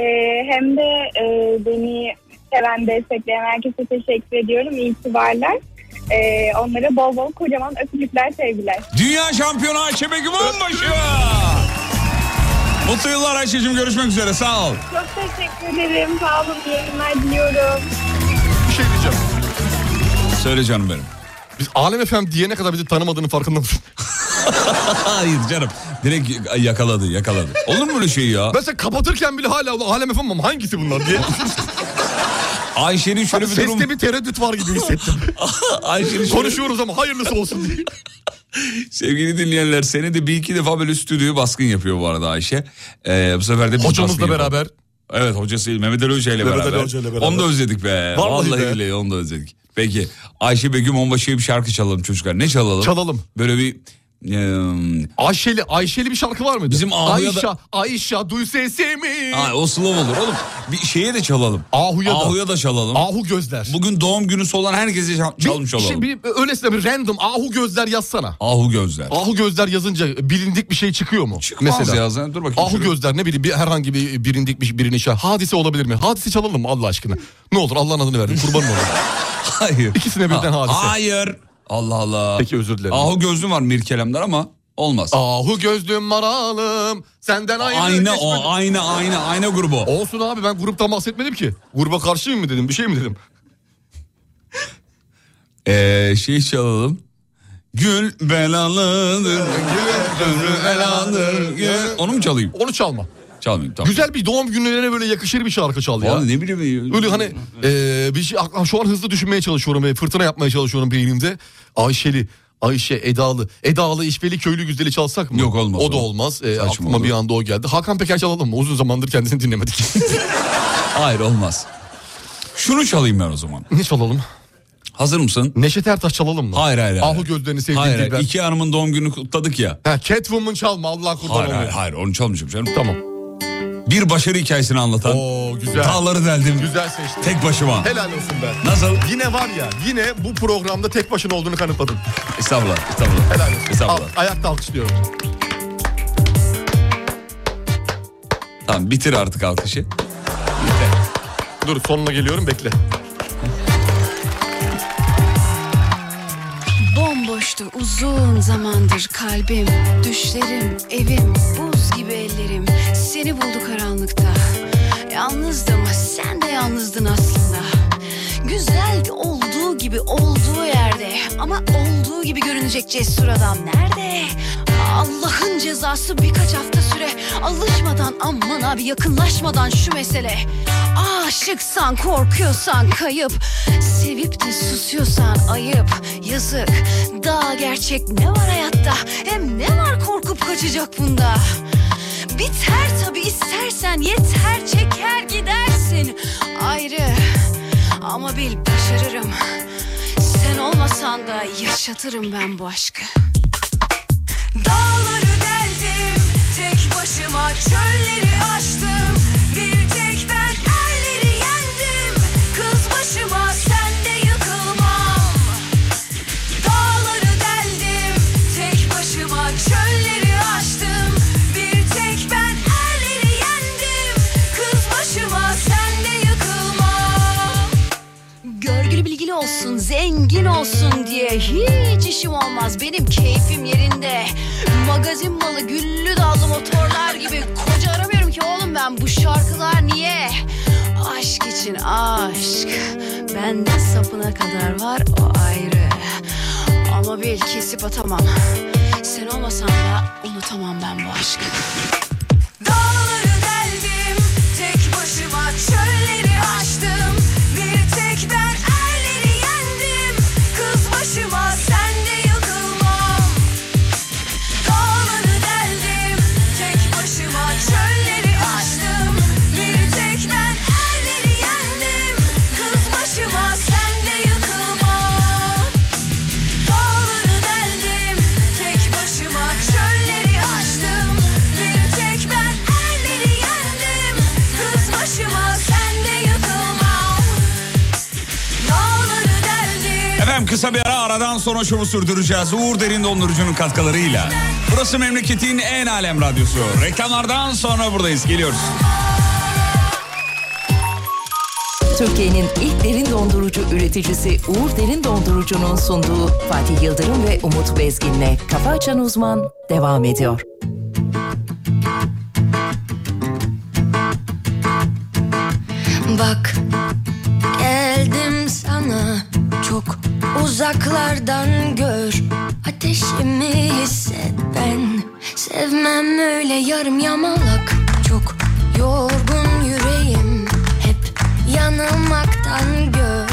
E, hem de e, beni seven, destekleyen herkese teşekkür ediyorum. İyi ki varlar. E, onlara bol bol kocaman öpücükler, sevgiler. Dünya şampiyonu Ayşe Begüm Onbaşı. Mutlu yıllar Ayşe'cim. Görüşmek üzere. Sağ ol. Çok teşekkür ederim. Sağ olun. İyi yayınlar diliyorum. Bir şey diyeceğim. Söyle canım benim. Biz Alem Efem diyene kadar bizi tanımadığının farkında mısın? Hayır canım. Direkt yakaladı yakaladı. Olur mu öyle şey ya? Ben sen kapatırken bile hala "Ulan Alem Efem ama hangisi bunlar diye. Ayşe'nin şöyle bir Seste durum... bir tereddüt var gibi hissettim. Ayşe'nin şöyle- Konuşuyoruz ama hayırlısı olsun diye. Sevgili dinleyenler seni de bir iki defa böyle stüdyoyu baskın yapıyor bu arada Ayşe. Ee, bu sefer de biz baskın Hocamızla yapalım. beraber. Evet hocası Mehmet Ali Hoca ile Mehmet Ali beraber. Hoca ile beraber. Onu da özledik be. Vallahi Vallahi, be. billahi onu da özledik. Peki Ayşe Begüm Onbaşı'ya bir şarkı çalalım çocuklar. Ne çalalım? Çalalım. Böyle bir Eee, Ayşeli, Ayşeli bir şarkı var mıydı? Bizim Ahu'ya da- Ayşe, Ayşe duy sesimi. Ay o slow olur oğlum. Bir şeye de çalalım. Ahu'ya da. Ahu'ya da çalalım. Ahu gözler. Bugün doğum günü olan herkese çal- çalmış bir, olalım. şey- bir, öylesine bir random Ahu gözler yazsana. Ahu gözler. Ahu gözler yazınca bilindik bir şey çıkıyor mu? Çıkmaz Mesela. ya sen dur bakayım. Ahu şuraya. gözler ne bileyim bir, herhangi bir bilindik bir birinin şarkı. Hadise olabilir mi? Hadise çalalım mı Allah aşkına? Ne olur Allah'ın adını verdim kurban olayım. Hayır. İkisine birden Ha- hadise. Hayır. Allah Allah. Peki özür dilerim. Ahu gözlüm var Mirkelem'den ama olmaz. Ahu gözlüm maralım senden ayrı. Ayna geçmedim. o, ayna, ayna, ayna grubu. Olsun abi ben gruptan bahsetmedim ki. Gruba karşıyım mı dedim bir şey mi dedim. Ee, şey çalalım. Gül belalıdır, gül ömrü belalıdır. Gül... Onu mu çalayım? Onu çalma. Çalmayayım tamam. Güzel bir doğum günlerine böyle yakışır bir şarkı çal ya. Vallahi ne bileyim. Böyle hani eee, bir şey aklıma- şu an hızlı düşünmeye çalışıyorum ve fırtına yapmaya çalışıyorum beynimde. Ayşeli, Ayşe, Edalı, Edalı, İşbeli, Köylü Güzeli çalsak mı? Yok, olmaz O da o. olmaz. Eee, Saçma aklıma olur. bir anda o geldi. Hakan Peker çalalım mı? Uzun zamandır kendisini dinlemedik. Hayır olmaz. Şunu çalayım ben o zaman. ne çalalım? Hazır mısın? Neşet Ertaş çalalım mı? Hayır hayır. hayır. Ahu gözlerini sevdiğim Hayır, hayır. Dilber. İki hanımın doğum günü kutladık ya. Ha, Catwoman çalma Allah kurban Hayır olayım. hayır, hayır onu çalmayacağım canım. Tamam. Bir başarı hikayesini anlatan. Oo güzel. Dağları deldim. Güzel seçtin. Tek başıma. Helal olsun be. Nasıl? Yine var ya yine bu programda tek başına olduğunu kanıtladın. Estağfurullah. Estağfurullah. Helal olsun. Estağfurullah. Al, ayakta alkışlıyorum. Tamam bitir artık alkışı. Dur sonuna geliyorum bekle. Bomboştu uzun zamandır kalbim Düşlerim, evim, buz gibi ellerim Seni buldu karanlıkta Yalnızdım, sen de yalnızdın aslında Güzeldi olduğu gibi olduğu yerde Ama olduğu gibi görünecek cesur adam nerede? Allah'ın cezası birkaç hafta süre Alışmadan aman abi yakınlaşmadan şu mesele Aşıksan korkuyorsan kayıp Sevip de susuyorsan ayıp Yazık daha gerçek ne var hayatta Hem ne var korkup kaçacak bunda Biter tabi istersen yeter çeker gidersin Ayrı ama bil başarırım Sen olmasan da yaşatırım ben bu aşkı Dağları deldim tek başıma çölleri aştım Bir tek ben erleri yendim kız başıma sen de yıkılmam Dağları deldim tek başıma çölleri aştım Bir tek ben erleri yendim kız başıma sen de yıkılmam Görgülü bilgili olsun, zengin olsun diye hiç işim olmaz. Benim keyfim yerinde. Magazin malı güllü dallı motorlar gibi. Koca aramıyorum ki oğlum ben bu şarkılar niye? Aşk için aşk. Benden sapına kadar var o ayrı. Ama bil kesip atamam. Sen olmasan da unutamam ben bu aşkı. Dağları deldim tek başıma çölleri aştım bir tek ben erleri yendim kız başıma sen de yıkılmam Dağları deldim tek başıma çölleri aştım bir tek ben erleri yendim kız başıma sen de yıkılmam Dağları deldim tek başıma çölleri aştım bir tek ben elleri yendim kız başıma sen de yıkılmam Dağları deldim Efendim kısa bir ara aradan sonra şovu sürdüreceğiz. Uğur Derin Dondurucu'nun katkılarıyla. Burası memleketin en alem radyosu. Reklamlardan sonra buradayız. Geliyoruz. Türkiye'nin ilk derin dondurucu üreticisi Uğur Derin Dondurucu'nun sunduğu Fatih Yıldırım ve Umut Bezgin'le Kafa Açan Uzman devam ediyor. Bak geldim sana çok uzaklardan gör Ateşimi hisset ben sevmem öyle yarım yamalak Çok yorgun yüreğim hep yanılmaktan gör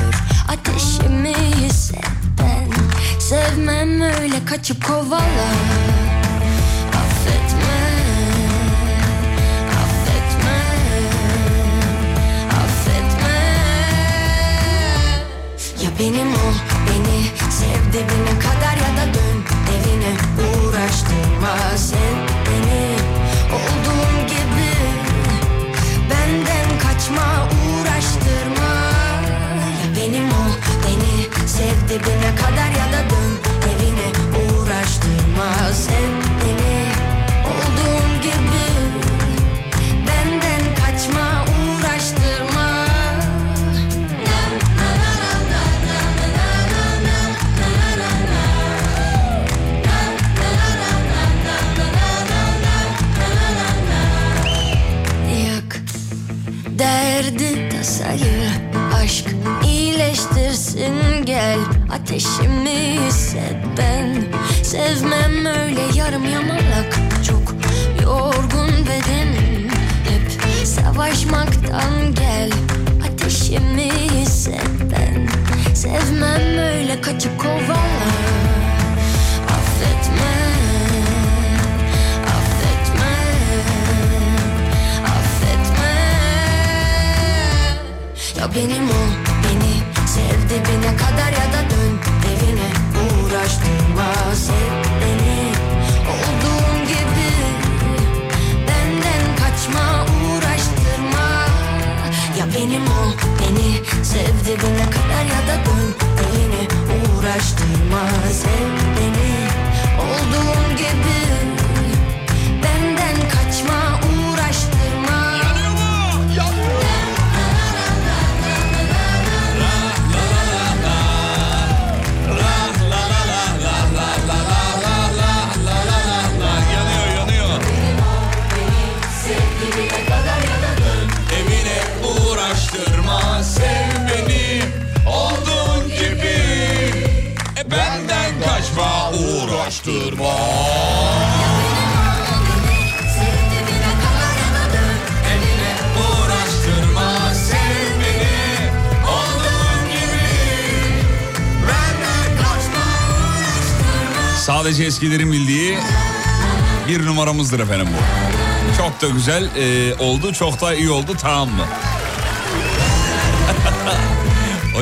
Ateşimi hisset ben sevmem öyle kaçıp kovala Affetme, affetme affetme Ya benim ol beni Sev dibine kadar ya da dön evine Uğra Araştırmaz hep beni Olduğum gibi Benden kaçma uğraştırma Benim ol beni Sev dibine kadar ya da dön evine Uğraştırmaz hep beni Olduğum gibi Benden kaçma uğraştırma Yak derdi tasayı Aşk iyileştirsin gel Ateşimi hisset ben Sevmem öyle yarım yamalak Çok yorgun bedenim Hep savaşmaktan gel Ateşimi hisset ben Sevmem öyle kaçıp kovala Affetme Affetme affetme Ya benim ol beni sev dibine kadar ya da dön evine Uğraştırma sev beni olduğum gibi Benden kaçma uğraştırma Ya benim ol beni sev dibine kadar ya da dön evine Uğraştırma sev beni olduğum gibi Benden kaçma uğraştırma Yanıyor mu? Yanıyor yanıyor. Evine uğraştırma sev beni olduğun gibi. E benden kaçma uğraştırma. Evine uğraştırma sev beni olduğun gibi. Sadece eskilerin bildiği bir numaramızdır efendim bu. Çok da güzel e, oldu, çok da iyi oldu tamam mı?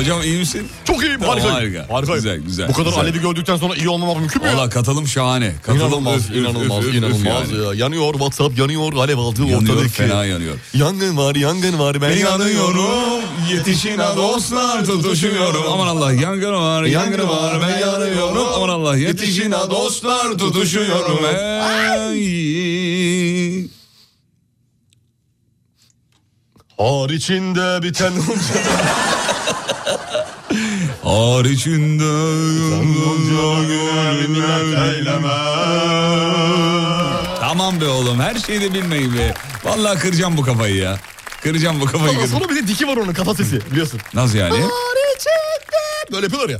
Hocam iyi misin? Çok iyiyim Tamam, harika. harika. Güzel güzel. Bu kadar güzel. alevi gördükten sonra iyi olmamak mümkün mü? ya? Valla katılım şahane. Katılım İnanılmaz, öf, öf, inanılmaz, öf, öf, inanılmaz yani. ya. Yanıyor WhatsApp, yanıyor alev aldı Yanıyor ortadaki. fena yanıyor. Yangın var, yangın var. Ben, Ben yanıyorum. yanıyorum, yetişin ha dostlar tutuşuyorum. Aman Allah yangın var, yangın var, ben yanıyorum. Aman Allah yetişin ha dostlar tutuşuyorum. Ey. Har içinde biten Ağır içinde yanınca gönlümden eyleme. Tamam be oğlum her şeyi de bilmeyin be. Vallahi kıracağım bu kafayı ya. Kıracağım bu kafayı. Ondan kıracağım. sonra bir de diki var onun kafa sesi biliyorsun. Nasıl yani? Har içinde. Böyle yapıyorlar ya.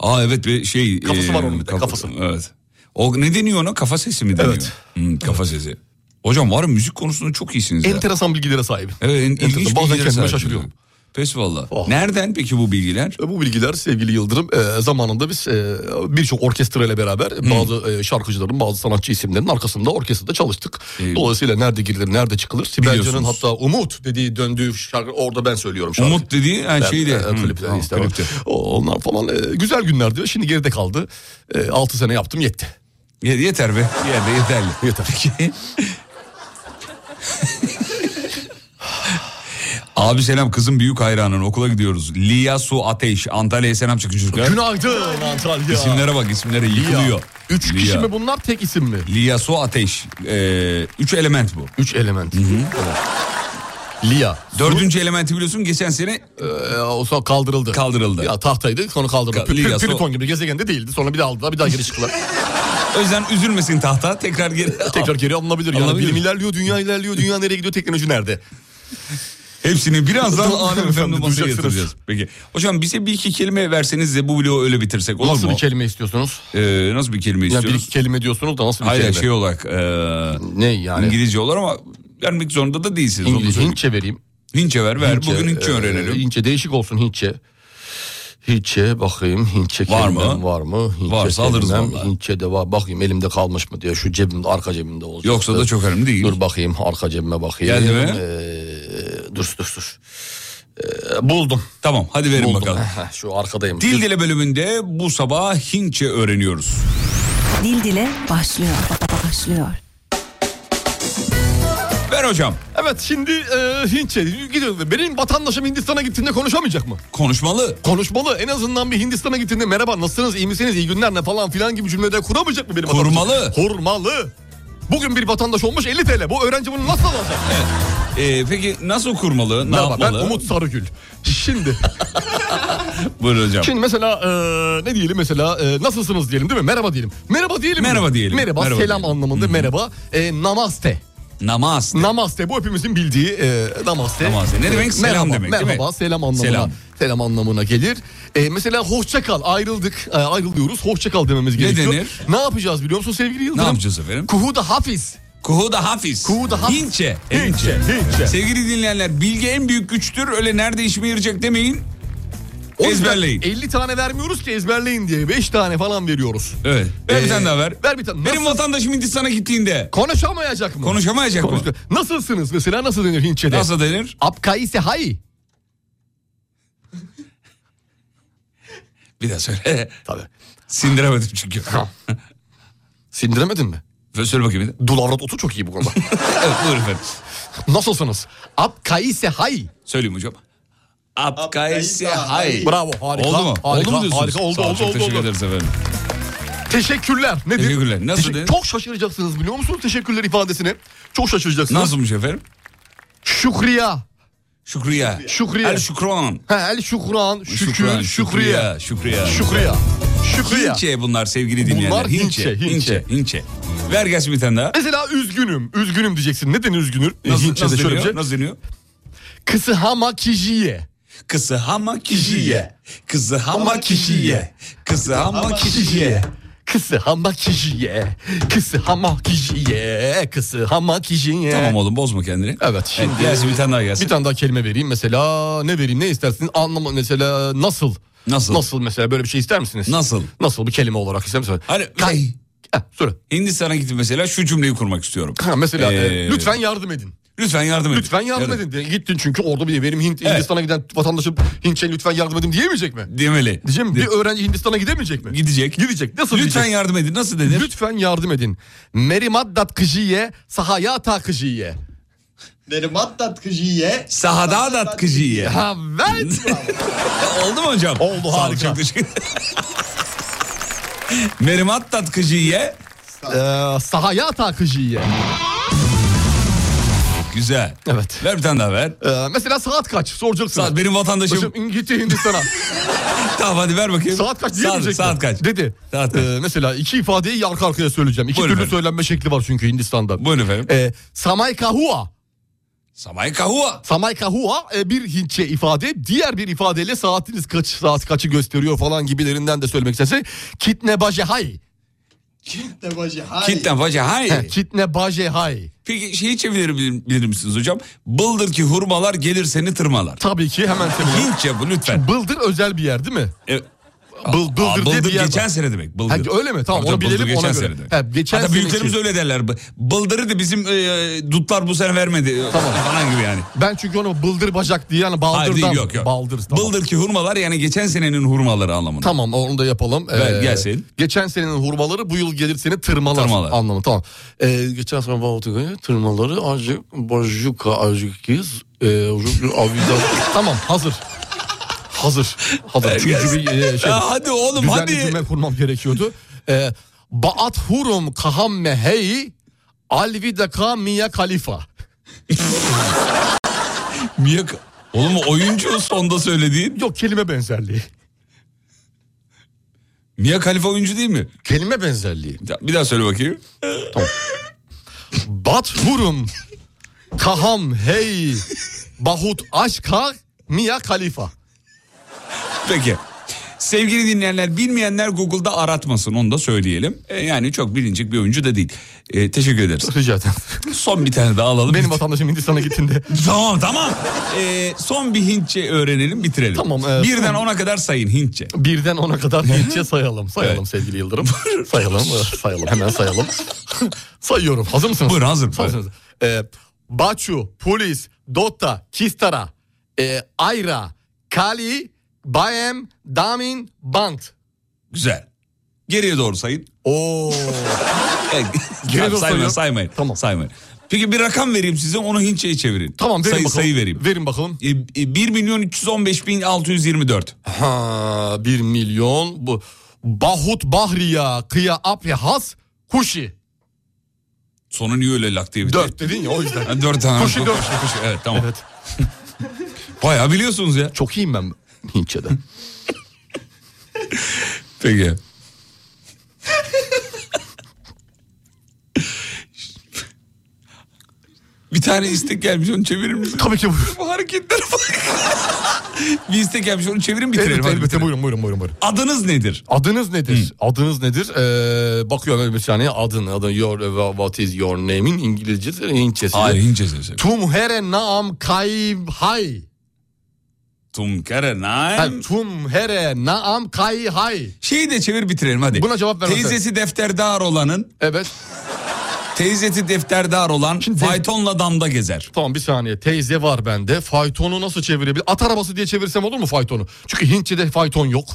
Aa evet bir şey. Kafası var onun bir de, kafa- kafası. Evet. O ne deniyor ona? Kafa sesi mi deniyor? Evet. Hmm, kafa sesi. Hocam var ya müzik konusunda çok iyisiniz ya. Enteresan bilgilere sahip. evet, en, ilginç Enteresan. bilgilere Bazen kendime sahipsiniz. şaşırıyorum. Pes valla. Oh. Nereden peki bu bilgiler? E, Bu bilgiler sevgili Yıldırım e, zamanında biz e, birçok orkestra ile beraber bazı e, şarkıcıların bazı sanatçı isimlerinin arkasında orkestrada çalıştık. Ee, Dolayısıyla nerede girilir nerede çıkılır. Sibel Biliyorsunuz. Can'ın hatta Umut dediği döndüğü şarkı orada ben söylüyorum şarkı. Umut dediği her Ben, şeyde. e, Hmm, klipte, tamam, Instagram. klipte. O- Onlar falan e, güzel günlerdi. Şimdi geride kaldı. 6 sene yaptım yetti. Ye- Yeter be. Yeter, yeterli. Yeter. Abi selam kızım büyük hayranın okula gidiyoruz. Liya Su Ateş Antalya'ya selam çıkın çocuklar. Günaydın Antalya. İsimlere bak isimlere Liya. yıkılıyor. Üç kişi Liya. mi bunlar tek isim mi? Liya Su Ateş. Ee, üç element bu. Üç element. Evet. Liya. Dördüncü elementi biliyorsun geçen sene Ee, o sonra kaldırıldı. Kaldırıldı. Ya tahtaydı sonra kaldırıldı. Ka- Pl- Liga, Pl- so- Plüton gibi gezegende değildi. Sonra bir daha aldılar bir daha geri çıktılar. o yüzden üzülmesin tahta tekrar geri. Tekrar geri alınabilir. Yani Alınabilir. bilim ilerliyor, dünya ilerliyor, dünya nereye gidiyor, teknoloji nerede? Hepsini birazdan Tamam Alem efendim, Efendi masaya duyacaksınız. yatıracağız. Peki. Hocam bize bir iki kelime verseniz de bu bloğu öyle bitirsek olur nasıl mu? bir kelime istiyorsunuz? Ee, nasıl bir kelime Ya bir istiyoruz? iki kelime diyorsunuz da nasıl bir Hayır kelime? şey olarak ee, Ne yani? İngilizce olur ama vermek zorunda da değilsiniz. onu İngilizce. söyleyeyim. Hintçe vereyim. Hintçe ver ver. Bugün Hintçe e, öğrenelim. Hintçe değişik olsun Hintçe. Hintçe bakayım Hintçe Var mı? kelimem var mı? Hintçe Varsa alırız kelimem, vallahi. Hintçe de var bakayım elimde kalmış mı diye şu cebimde arka cebimde olacak. Yoksa da çok önemli değil. Dur bakayım arka cebime bakayım. Geldi mi? Ee, dur dur dur. Ee, buldum. Tamam hadi verin buldum. bakalım. Heh, Şu arkadayım. Dil Dile bölümünde bu sabah Hintçe öğreniyoruz. Dil dile başlıyor. Başlıyor. Ver hocam. Evet şimdi e, Hintçe gidiyoruz. Benim vatandaşım Hindistan'a gittiğinde konuşamayacak mı? Konuşmalı. Konuşmalı. En azından bir Hindistan'a gittiğinde merhaba nasılsınız iyi misiniz iyi günler ne falan filan gibi cümlede kuramayacak mı benim Kurmalı. Kurmalı. Bugün bir vatandaş olmuş 50 TL. Bu öğrenci bunu nasıl alacak? Ee, peki nasıl kurmalı? Ne Merhaba, ben yapmalı? Umut Sarıgül. Şimdi Buyur hocam. Şimdi mesela e, ne diyelim mesela e, nasılsınız diyelim değil mi? Merhaba diyelim. Merhaba diyelim. mi? Merhaba diyelim. Merhaba, Merhaba selam diyelim. anlamında merhaba. E, namaste. Namaz. Namaste bu hepimizin bildiği e, namaste. Namaste. Ne demek? Selam merhaba, demek, değil mi? Merhaba selam anlamına. Selam. Selam. anlamına gelir. E, mesela hoşça kal ayrıldık e, ayrılıyoruz hoşça kal dememiz gerekiyor. denir? Ne yapacağız biliyor musun sevgili Yıldırım? yapacağız efendim? Kuhuda hafiz. Kuhuda hafiz. Kuhuda hafiz. Hintçe. Hintçe, Hintçe. Sevgili dinleyenler bilgi en büyük güçtür. Öyle nerede işime yarayacak demeyin. O yüzden Ezberleyin. 50 tane vermiyoruz ki ezberleyin diye. 5 tane falan veriyoruz. Evet. Ver bir Ee, tane daha ver. ver bir tane. Benim Nasıl- vatandaşım Hindistan'a gittiğinde. Konuşamayacak mı? Konuşamayacak mı? Konuşamayacak. Nasılsınız mesela nasıl denir Hintçe'de? Nasıl denir? Apkaise hay. Bir daha söyle. Tabii. Sindiremedim çünkü. Sindiremedin mi? Ve söyle bakayım. bir de. Dulavrat otu çok iyi bu konuda. Evet, buyur efendim. Nasılsınız? Apkaise hay. Söyleyeyim hocam. Apkaisi hay. Bravo harika. Oldu mu? oldu Harika, mu diyorsunuz? Harika oldu Sağ olun, oldu çok oldu. Teşekkür oldu. ederiz efendim. Teşekkürler. Nedir? Teşekkürler. Nasıl denir? Çok şaşıracaksınız biliyor musunuz teşekkürler ifadesine? Çok şaşıracaksınız. Nasılmış efendim? Şükriya. Şükriye. Şükriye. El şükran. He, el şükran, şükür, Şükran, şükriye. Şükriye. Şükriye. Şükriye. Şükriye. Hintçe bunlar sevgili dinleyenler. Bunlar Hintçe, Hintçe. Hintçe. Hintçe. Ver gelsin bir tane daha. Mesela üzgünüm. Üzgünüm diyeceksin. Neden üzgünüm? Nasıl, Hintçe'de nasıl, şöyle bir deniyor? şey. nasıl deniyor? Kısı hama kijiye. Kızı hama kişiye. Kızı hama kişiye. Kızı hama kişiye. Kısı hama kijiye. Kısı hama kijiye. Kısı hama kijiye. Tamam oğlum bozma kendini. Evet şimdi gelsin bir tane daha gelsin. bir tane daha kelime vereyim. Mesela ne vereyim ne istersiniz? Anlama mesela nasıl? Nasıl? Nasıl mesela böyle bir şey ister misiniz? Nasıl? Nasıl bir kelime olarak ister misiniz? Hani Kay. Heh, söyle. Hindistan'a gittim mesela şu cümleyi kurmak istiyorum. Ha, mesela e, Ee, lütfen yardım edin. Lütfen yardım edin. Lütfen yardım edin. diye Gittin çünkü orada bir benim Hint, Evet. Hindistan'a giden vatandaşım Hintçe lütfen yardım edin diyemeyecek mi? Demeli. Diyeceğim De- bir öğrenci Hindistan'a gidemeyecek mi? Gidecek. Gidecek. Nasıl Lütfen diyecek? yardım edin. Nasıl denir? Lütfen yardım edin. Merimaddat kıjiye sahayata kıjiye. Nerimattat kıjiye Sahada dat kıcıya. Evet. Oldu mu hocam? Oldu, Sağ olun, harika. çok teşekkür Merimat tat kıcıya. ee, sahayata kıjiye. Güzel. Evet. Ver bir tane daha ver. Ee, mesela saat kaç soracaksın. Saat benim vatandaşım. Başım gitti Hindistan'a. tamam hadi ver bakayım. saat kaç saat, diyemeyecek mi? saat kaç? Dedi. Saat kaç? Ee, mesela iki ifadeyi arka arkaya söyleyeceğim. İki Buyurun türlü efendim. söylenme şekli var çünkü Hindistan'da. Buyurun efendim. Ee, samay kahua. Samay kahua. Samay kahua e, bir Hintçe ifade. Diğer bir ifadeyle saatiniz kaç saat kaçı gösteriyor falan gibilerinden de söylemek isterse. Kitne baje hay. Kitten faca hay. Kitne Hani- baje hay. Peki şeyi çevirir bilir bilir misiniz hocam? Bıldır ki hurmalar gelir seni tırmalar. Tabii ki hemen tabii. Hintçe bu lütfen. Bıldır özel bir yer değil mi? Evet. Bıl, bıldır, Aa, diye bir yer var. geçen sene demek. Bıldır. Ha, öyle mi? Tamam, Tabii onu tabii, bıldır bilelim, ona geçen göre. sene demek. Ha, geçen Hatta seneki. büyüklerimiz öyle derler. B- Bıldırı da bizim e, dutlar bu sene vermedi. e, Tamam. Falan gibi yani. Ben çünkü onu bıldır bacak diye yani baldırdan. Hayır değil, yok yok. Baldır. Tamam. Bıldır ki hurmalar yani geçen senenin hurmaları anlamında. Tamam onu da yapalım. Ee, Ver, gelsin. Geçen senenin hurmaları bu yıl gelir seni tırmalar, Tırmalar. anlamı. Tamam. Ee, geçen sene Baltıka'ya "Ee, tırmaları azıcık bajuka azıcık kız. E, avida. tamam hazır. Hazır. Hazır. Çünkü bir e, şey. Ya hadi oğlum, düzenli hadi. cümle kurmam gerekiiyordu. Ee, Baat hurum kahamme hey alvida kamiya kalifa. Niye? Oğlum oyuncu sonda söylediğin. Yok kelime benzerliği. Mia Khalifa oyuncu değil mi? Kelime benzerliği. Ya, Bir daha söyle bakayım. Bat hurum kaham hey bahut aşka miya kalifa. Peki. Sevgili dinleyenler bilmeyenler Google'da aratmasın onu da söyleyelim. E, yani çok bilinecek bir oyuncu da değil. E, teşekkür ederiz. Rica ederim. Son bir tane daha alalım. Benim Bit- vatandaşım Hindistan'a gittiğinde. Tamam tamam. E, son bir Hintçe öğrenelim bitirelim. Tamam, e, Birden tamam. ona kadar sayın Hintçe. Birden ona kadar Hintçe sayalım. Sayalım Evet. sevgili Yıldırım. sayalım, e, sayalım. Hemen sayalım. Sayıyorum. Hazır mısınız? Buyurun, hazırım. Hazırsınız. E, Baçu, Polis, Dotta, Kistara, e, Ayra, Kali, Bayem, Damin, Bant. Güzel. Geriye doğru sayın. Oo. Evet. Gene Tamam, de saymayın, sayıyorum. saymayın. Tamam. Saymayın. Peki bir rakam vereyim size onu Hintçe'ye çevirin. Tamam verin sayı, bakalım. sayı vereyim. E, Verin bakalım. 1 milyon 315 bin 624. Ha 1 milyon bu. Bahut Bahriya Kıya Apri Has Kuşi. Sonu niye öyle lak diye bitti? Dört dedin ya o yüzden. Ha, dört tane. Kuşi dört. Evet tamam. Evet. Bayağı biliyorsunuz ya. Çok iyiyim ben Hintçe'de. Peki. bir tane istek gelmiş onu çevirir misin? Tabii ki buyurun. Bu hareketlere bak. bir istek gelmiş onu çevirin bitirelim. Evet, hadi elbette bitirelim. buyurun buyurun buyurun. buyurun. Adınız nedir? Adınız nedir? Adınız nedir? Ee, bakıyorum öyle bir saniye adın. Adın your, what is your name'in İngilizcesi, Hintçesi. Hayır Hincesi. Tum here naam kay hay. Tunkere Ha, naim. Tum here naam kay hay. Şeyi de çevir bitirelim hadi. Buna cevap ver mesela. Teyzesi defterdar olanın, Evet. teyzesi defterdar olan faytonla damda gezer. Tamam bir saniye. Teyze var bende. Faytonu nasıl çevirebilir? At arabası diye çevirsem olur mu faytonu? Çünkü Hintçe'de fayton yok.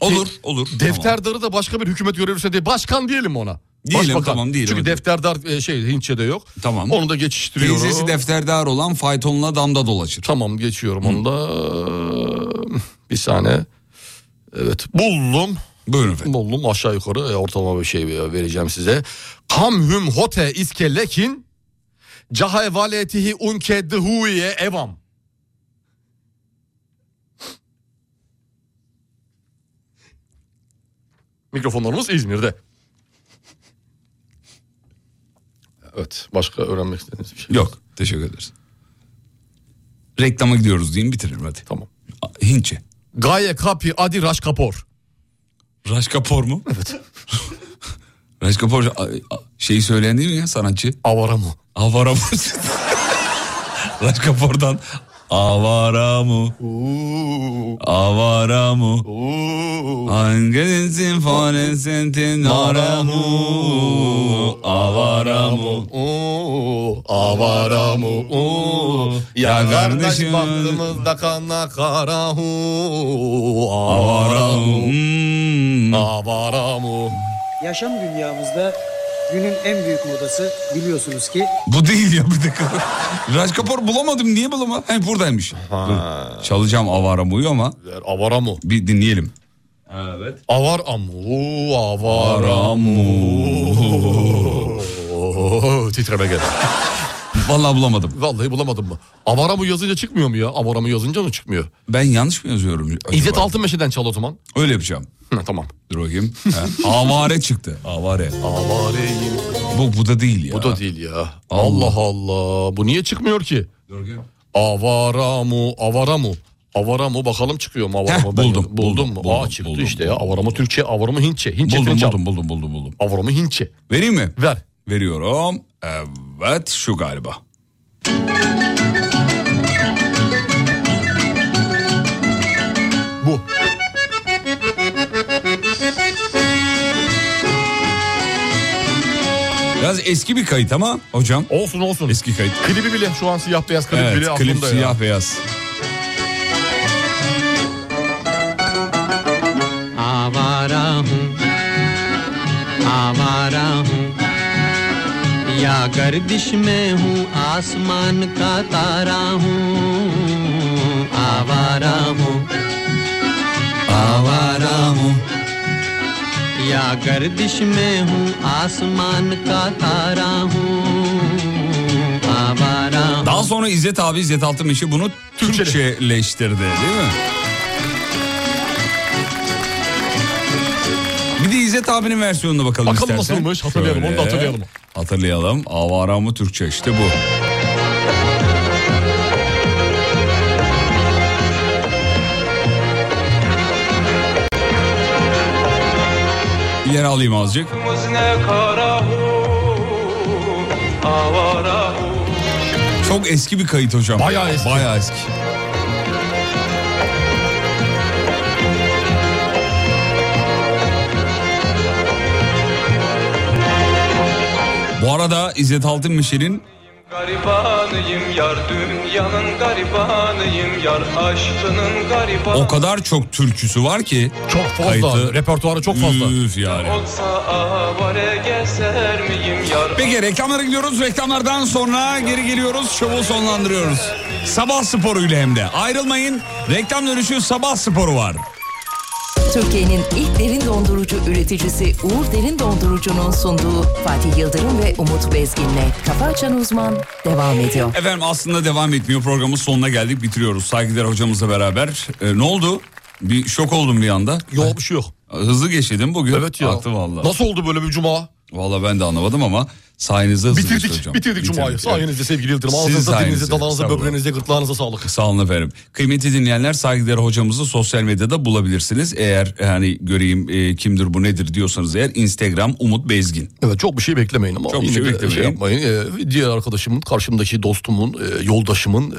Olur, olur. tamam. Defterdarı da başka bir hükümet görevlisi diye başkan diyelim ona. Diyelim, tamam, diyelim, Çünkü hadi. defterdar e, şey Hintçe'de yok. Tamam. Onu da geçiştiriyorum. Teyzesi defterdar olan faytonla damda dolaşır. Tamam geçiyorum onu da. Bir saniye. Evet buldum. Buyurun efendim. Buldum aşağı yukarı e, ortalama bir şey vereceğim size. Kamhüm hote iskelekin cahay valetihi unke dıhuye evam. Mikrofonlarımız İzmir'de. Evet başka öğrenmek istediğiniz bir şey. Yok, teşekkür ederiz. Reklama gidiyoruz deyin bitirelim hadi. Tamam. A- Hintçe. Gaye kapi adi raş kapor. Raj Kapor mu? Evet. Raj Kapor a- a- şeyi söyleyen değil mi ya sanatçı? Avara mı? Avara mı? Raj Kapor'dan Avara mı? Avara mı? Hangi sinfonesin tinara mı? Avara mı? Oo, avara mı? Oo. Ya Ya kardeş kardeşim. baktığımızda kanla kara hu. Avara Avara mı? mı? Hmm. Avara mı? Yaşam dünyamızda günün en büyük modası biliyorsunuz ki Bu değil ya bir dakika. Raj Kapor bulamadım niye bulamadım? He buradaymış. Dur, Çalacağım avara mı ama Avara mı? bir dinleyelim. Evet. Avar amu. Avara Aramu. Oo, Titreme geldi. Vallahi bulamadım. Vallahi bulamadım mı? Avara mı yazınca çıkmıyor mu ya? Avara mı yazınca mı çıkmıyor? Ben yanlış mı yazıyorum? acaba? İzzet Altınmeşe'den çal o zaman. Öyle yapacağım. Hı, tamam. Dur bakayım. He, avare çıktı. Avare. Avareyim. Bu, bu da değil ya. Bu da değil ya. Allah Allah. Bu niye çıkmıyor ki? Dur bakayım. Avara mu? Avara mu? Avara mu? Bakalım çıkıyor mu avara Heh, mı? Ben- buldum, buldum, Buldun mu? buldum, Aa çıktı buldum, işte ya. Avara mı Türkçe, avara mı Hintçe? Hintçe Buldum Hintçe. buldum buldum buldum buldum. Avara mı Hintçe? Vereyim mi? Ver. Veriyorum. Evet şu galiba. Bu. Biraz eski bir kayıt ama hocam. Olsun olsun. Eski kayıt. Klibi bile şu an siyah beyaz klip evet, bile klip aklımda ya. siyah beyaz. आवारा हूँ आवारा हूँ या गर्दिश में हूँ आसमान का तारा हूँ आवारा हूँ आवारा हूँ या गर्दिश में हूँ आसमान का तारा हूँ आवारा हूँ Daha sonra İzzet abi İzzet Altınmeşe bunu Türkçeleştirdi değil mi? Bir de İzzet abinin versiyonuna bakalım Bakalım istersen. nasılmış, hatırlayalım, onu da hatırlayalım. Hatırlayalım. Avara mı Türkçe işte bu. İleri alayım azıcık. ne kara hu Avara hu Çok eski bir kayıt hocam. Bayağı eski. Bayağı eski. Bu arada İzzet Altınmeşe'nin Garibanıyım yar dünyanın garibanıyım yar aşkının garibanı O kadar çok türküsü var ki. Çok fazla. Repertuarı çok fazla. Üf yani. olsa avare gezer miyim yar Peki reklamlara gidiyoruz. Reklamlardan sonra geri geliyoruz. Şovu sonlandırıyoruz. Sabah sporuyla hem de. Ayrılmayın. Reklam dönüşü sabah sporu var. Türkiye'nin ilk derin dondurucu üreticisi Uğur Derin Dondurucu'nun sunduğu Fatih Yıldırım ve Umut Bezgin'le Kafa Açan Uzman devam ediyor. Efendim aslında devam etmiyor. Programın sonuna geldik. Bitiriyoruz. Saygılar hocamızla beraber. Ee, ne oldu? Bir şok oldum bir anda. Yok bir şey yok. Hızlı geçti değil mi bugün? Evet ya. Aktı valla. Nasıl oldu böyle bir cuma? Valla ben de anlamadım ama sayenizde hızlı geçti Bitirdik. hocam. Bitirdik cumayı. Bitirdik, evet. Sayenizde sevgili Yıldırım. Sizin Ağzınıza, dilinize, sayenizde. Sağ dalağınıza, olun. böbreğinize, gırtlağınıza sağlık. Sağ olun efendim. Kıymetli dinleyenler saygıdeğer hocamızı sosyal medyada bulabilirsiniz. Eğer hani göreyim e, kimdir bu nedir diyorsanız eğer Instagram Umut Bezgin. Evet çok bir şey beklemeyin ama Çok bir yine şey de beklemeyin. şey yapmayın. Ee, diğer arkadaşımın, karşımdaki dostumun, e, yoldaşımın, e,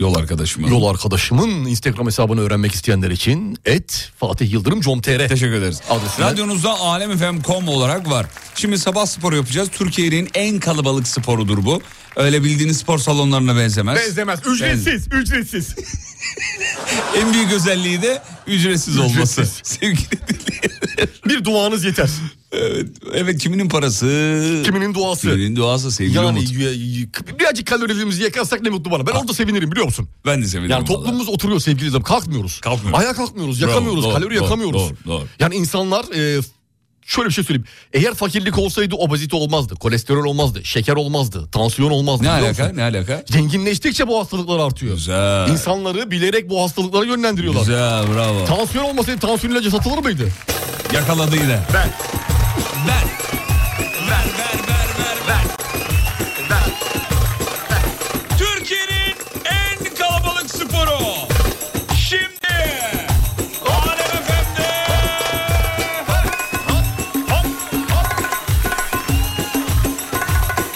Yol arkadaşım. yol arkadaşımın Instagram hesabını öğrenmek isteyenler için et Fatih Yıldırım com.tr. Teşekkür ederiz. Adresine- Radyonuzda alemfm.com olarak var. Şimdi sabah sporu yapacağız. Türkiye'nin en kalabalık sporudur bu. Öyle bildiğiniz spor salonlarına benzemez. Benzemez. Ücretsiz, ücretsiz. En büyük özelliği de ücretsiz, olması. Ücretsiz. Sevgili dinleyenler. bir duanız yeter. Evet, evet kiminin parası? Kiminin duası. Kiminin duası sevgili Yani Umut. Ah. y- y- birazcık kalorilerimizi yakarsak ne mutlu bana. Ben orada sevinirim biliyor musun? Ben de sevinirim. Yani vallahi. toplumumuz oturuyor sevgili izlem. Kalkmıyoruz. Kalkmıyoruz. Ayağa kalkmıyoruz, Bravo, yakamıyoruz, doğru, kalori doğru, yakamıyoruz. doğru, doğru. Yani insanlar e, şöyle bir şey söyleyeyim. Eğer fakirlik olsaydı obezite olmazdı, kolesterol olmazdı, şeker olmazdı, tansiyon olmazdı. Ne biliyor alaka? musun? Ne alaka? Zenginleştikçe bu hastalıklar artıyor. Güzel. İnsanları bilerek bu hastalıklara yönlendiriyorlar. Güzel bravo. Tansiyon olmasaydı tansiyon ilacı satılır mıydı? Yakaladı yine. Ben. Ver. Ver ver ver ver ver. Türkiye'nin en kalabalık sporu. Şimdi. Alem FM'de.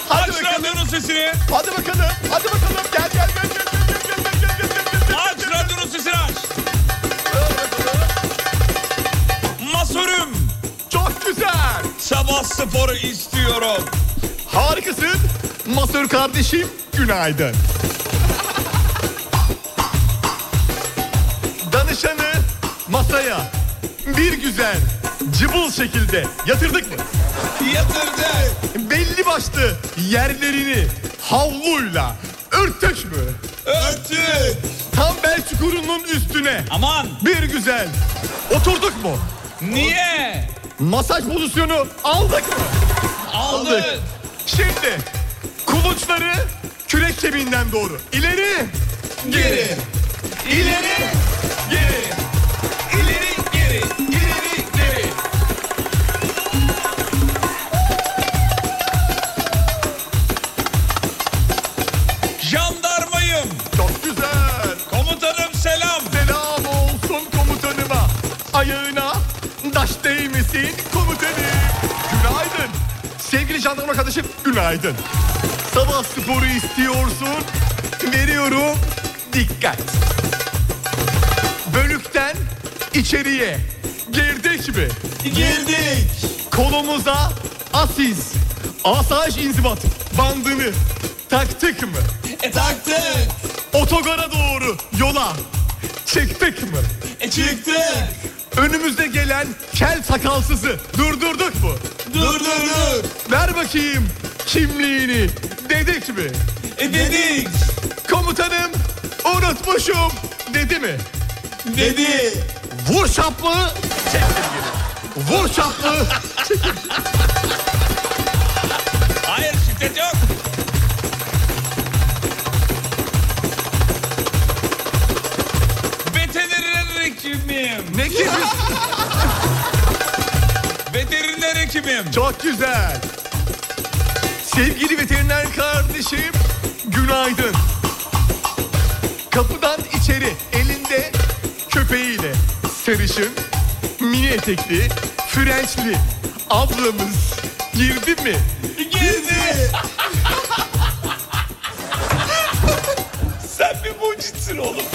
Hadi Aç bakalım. radyonun sesini. Hadi bakalım. Hadi bakalım. Gel gel gel gel gel gel gel gel gel gel gel. Aç radyonun sesini aç. Masörüm. Çok güzel. Sabah sporu istiyorum. Harikasın. Masör kardeşim günaydın. Danışanı masaya bir güzel cıbıl şekilde yatırdık mı? Yatırdı. Belli başlı yerlerini havluyla örttük mü? Örtün. Tam bel çukurunun üstüne Aman. bir güzel oturduk mu? Niye? Masaj pozisyonu aldık mı? Aldı. Şimdi kuluçları kürek kemiğinden doğru. İleri, geri. İleri, geri. İleri geri, ileri geri. Jandarmayım. Çok güzel. Komutanım selam. Selam olsun komutanıma. Ayağına taş değmesin komutanım. Günaydın. Sevgili jandarma kardeşim günaydın. Sabah sporu istiyorsun. Veriyorum. Dikkat. Bölükten içeriye girdik mi? Girdik. Kolumuza asiz, asayiş inzibat bandını taktık mı? E taktık. Otogara doğru yola çıktık mı? E çıktık. Önümüzde gelen kel sakalsızı durdurduk mu? Durdurduk. Ver bakayım kimliğini dedik mi? E dedik. Komutanım unutmuşum dedi mi? Dedi. Vur şaplığı çektim geri. Vur şaplığı Hayır şiddet yok. Veteriner hekimim. ne gibi? Veteriner hekimim. Çok güzel. Sevgili veteriner kardeşim günaydın. Kapıdan içeri elinde köpeğiyle sarışın, mini etekli, frençli ablamız girdi mi? Girdi. Sen bir mucitsin oğlum.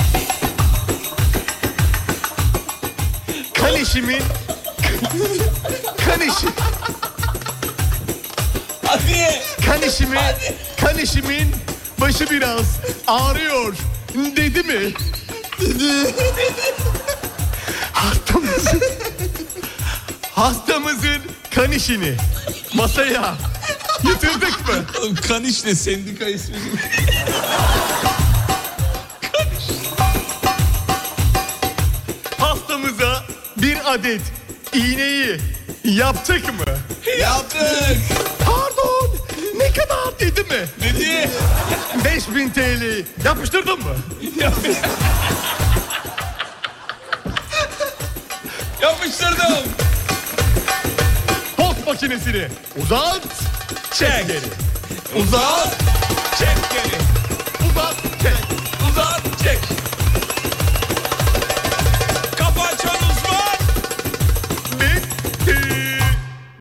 Kaleşimin kaleşi, Hadi. kan işimi, kan işimin başı biraz ağrıyor dedi mi? Dedi. Hastamızın, hastamızın kan işini masaya yatırdık mı? Oğlum kan işte sendika ismi. Hastamıza bir adet iğneyi yaptık mı? Yaptık. Pardon ne kadar dedi mi? Dedi. 5000 TL yapıştırdın mı? Yapıştırdım. Post makinesini uzat. Çek. Uzat. Çek.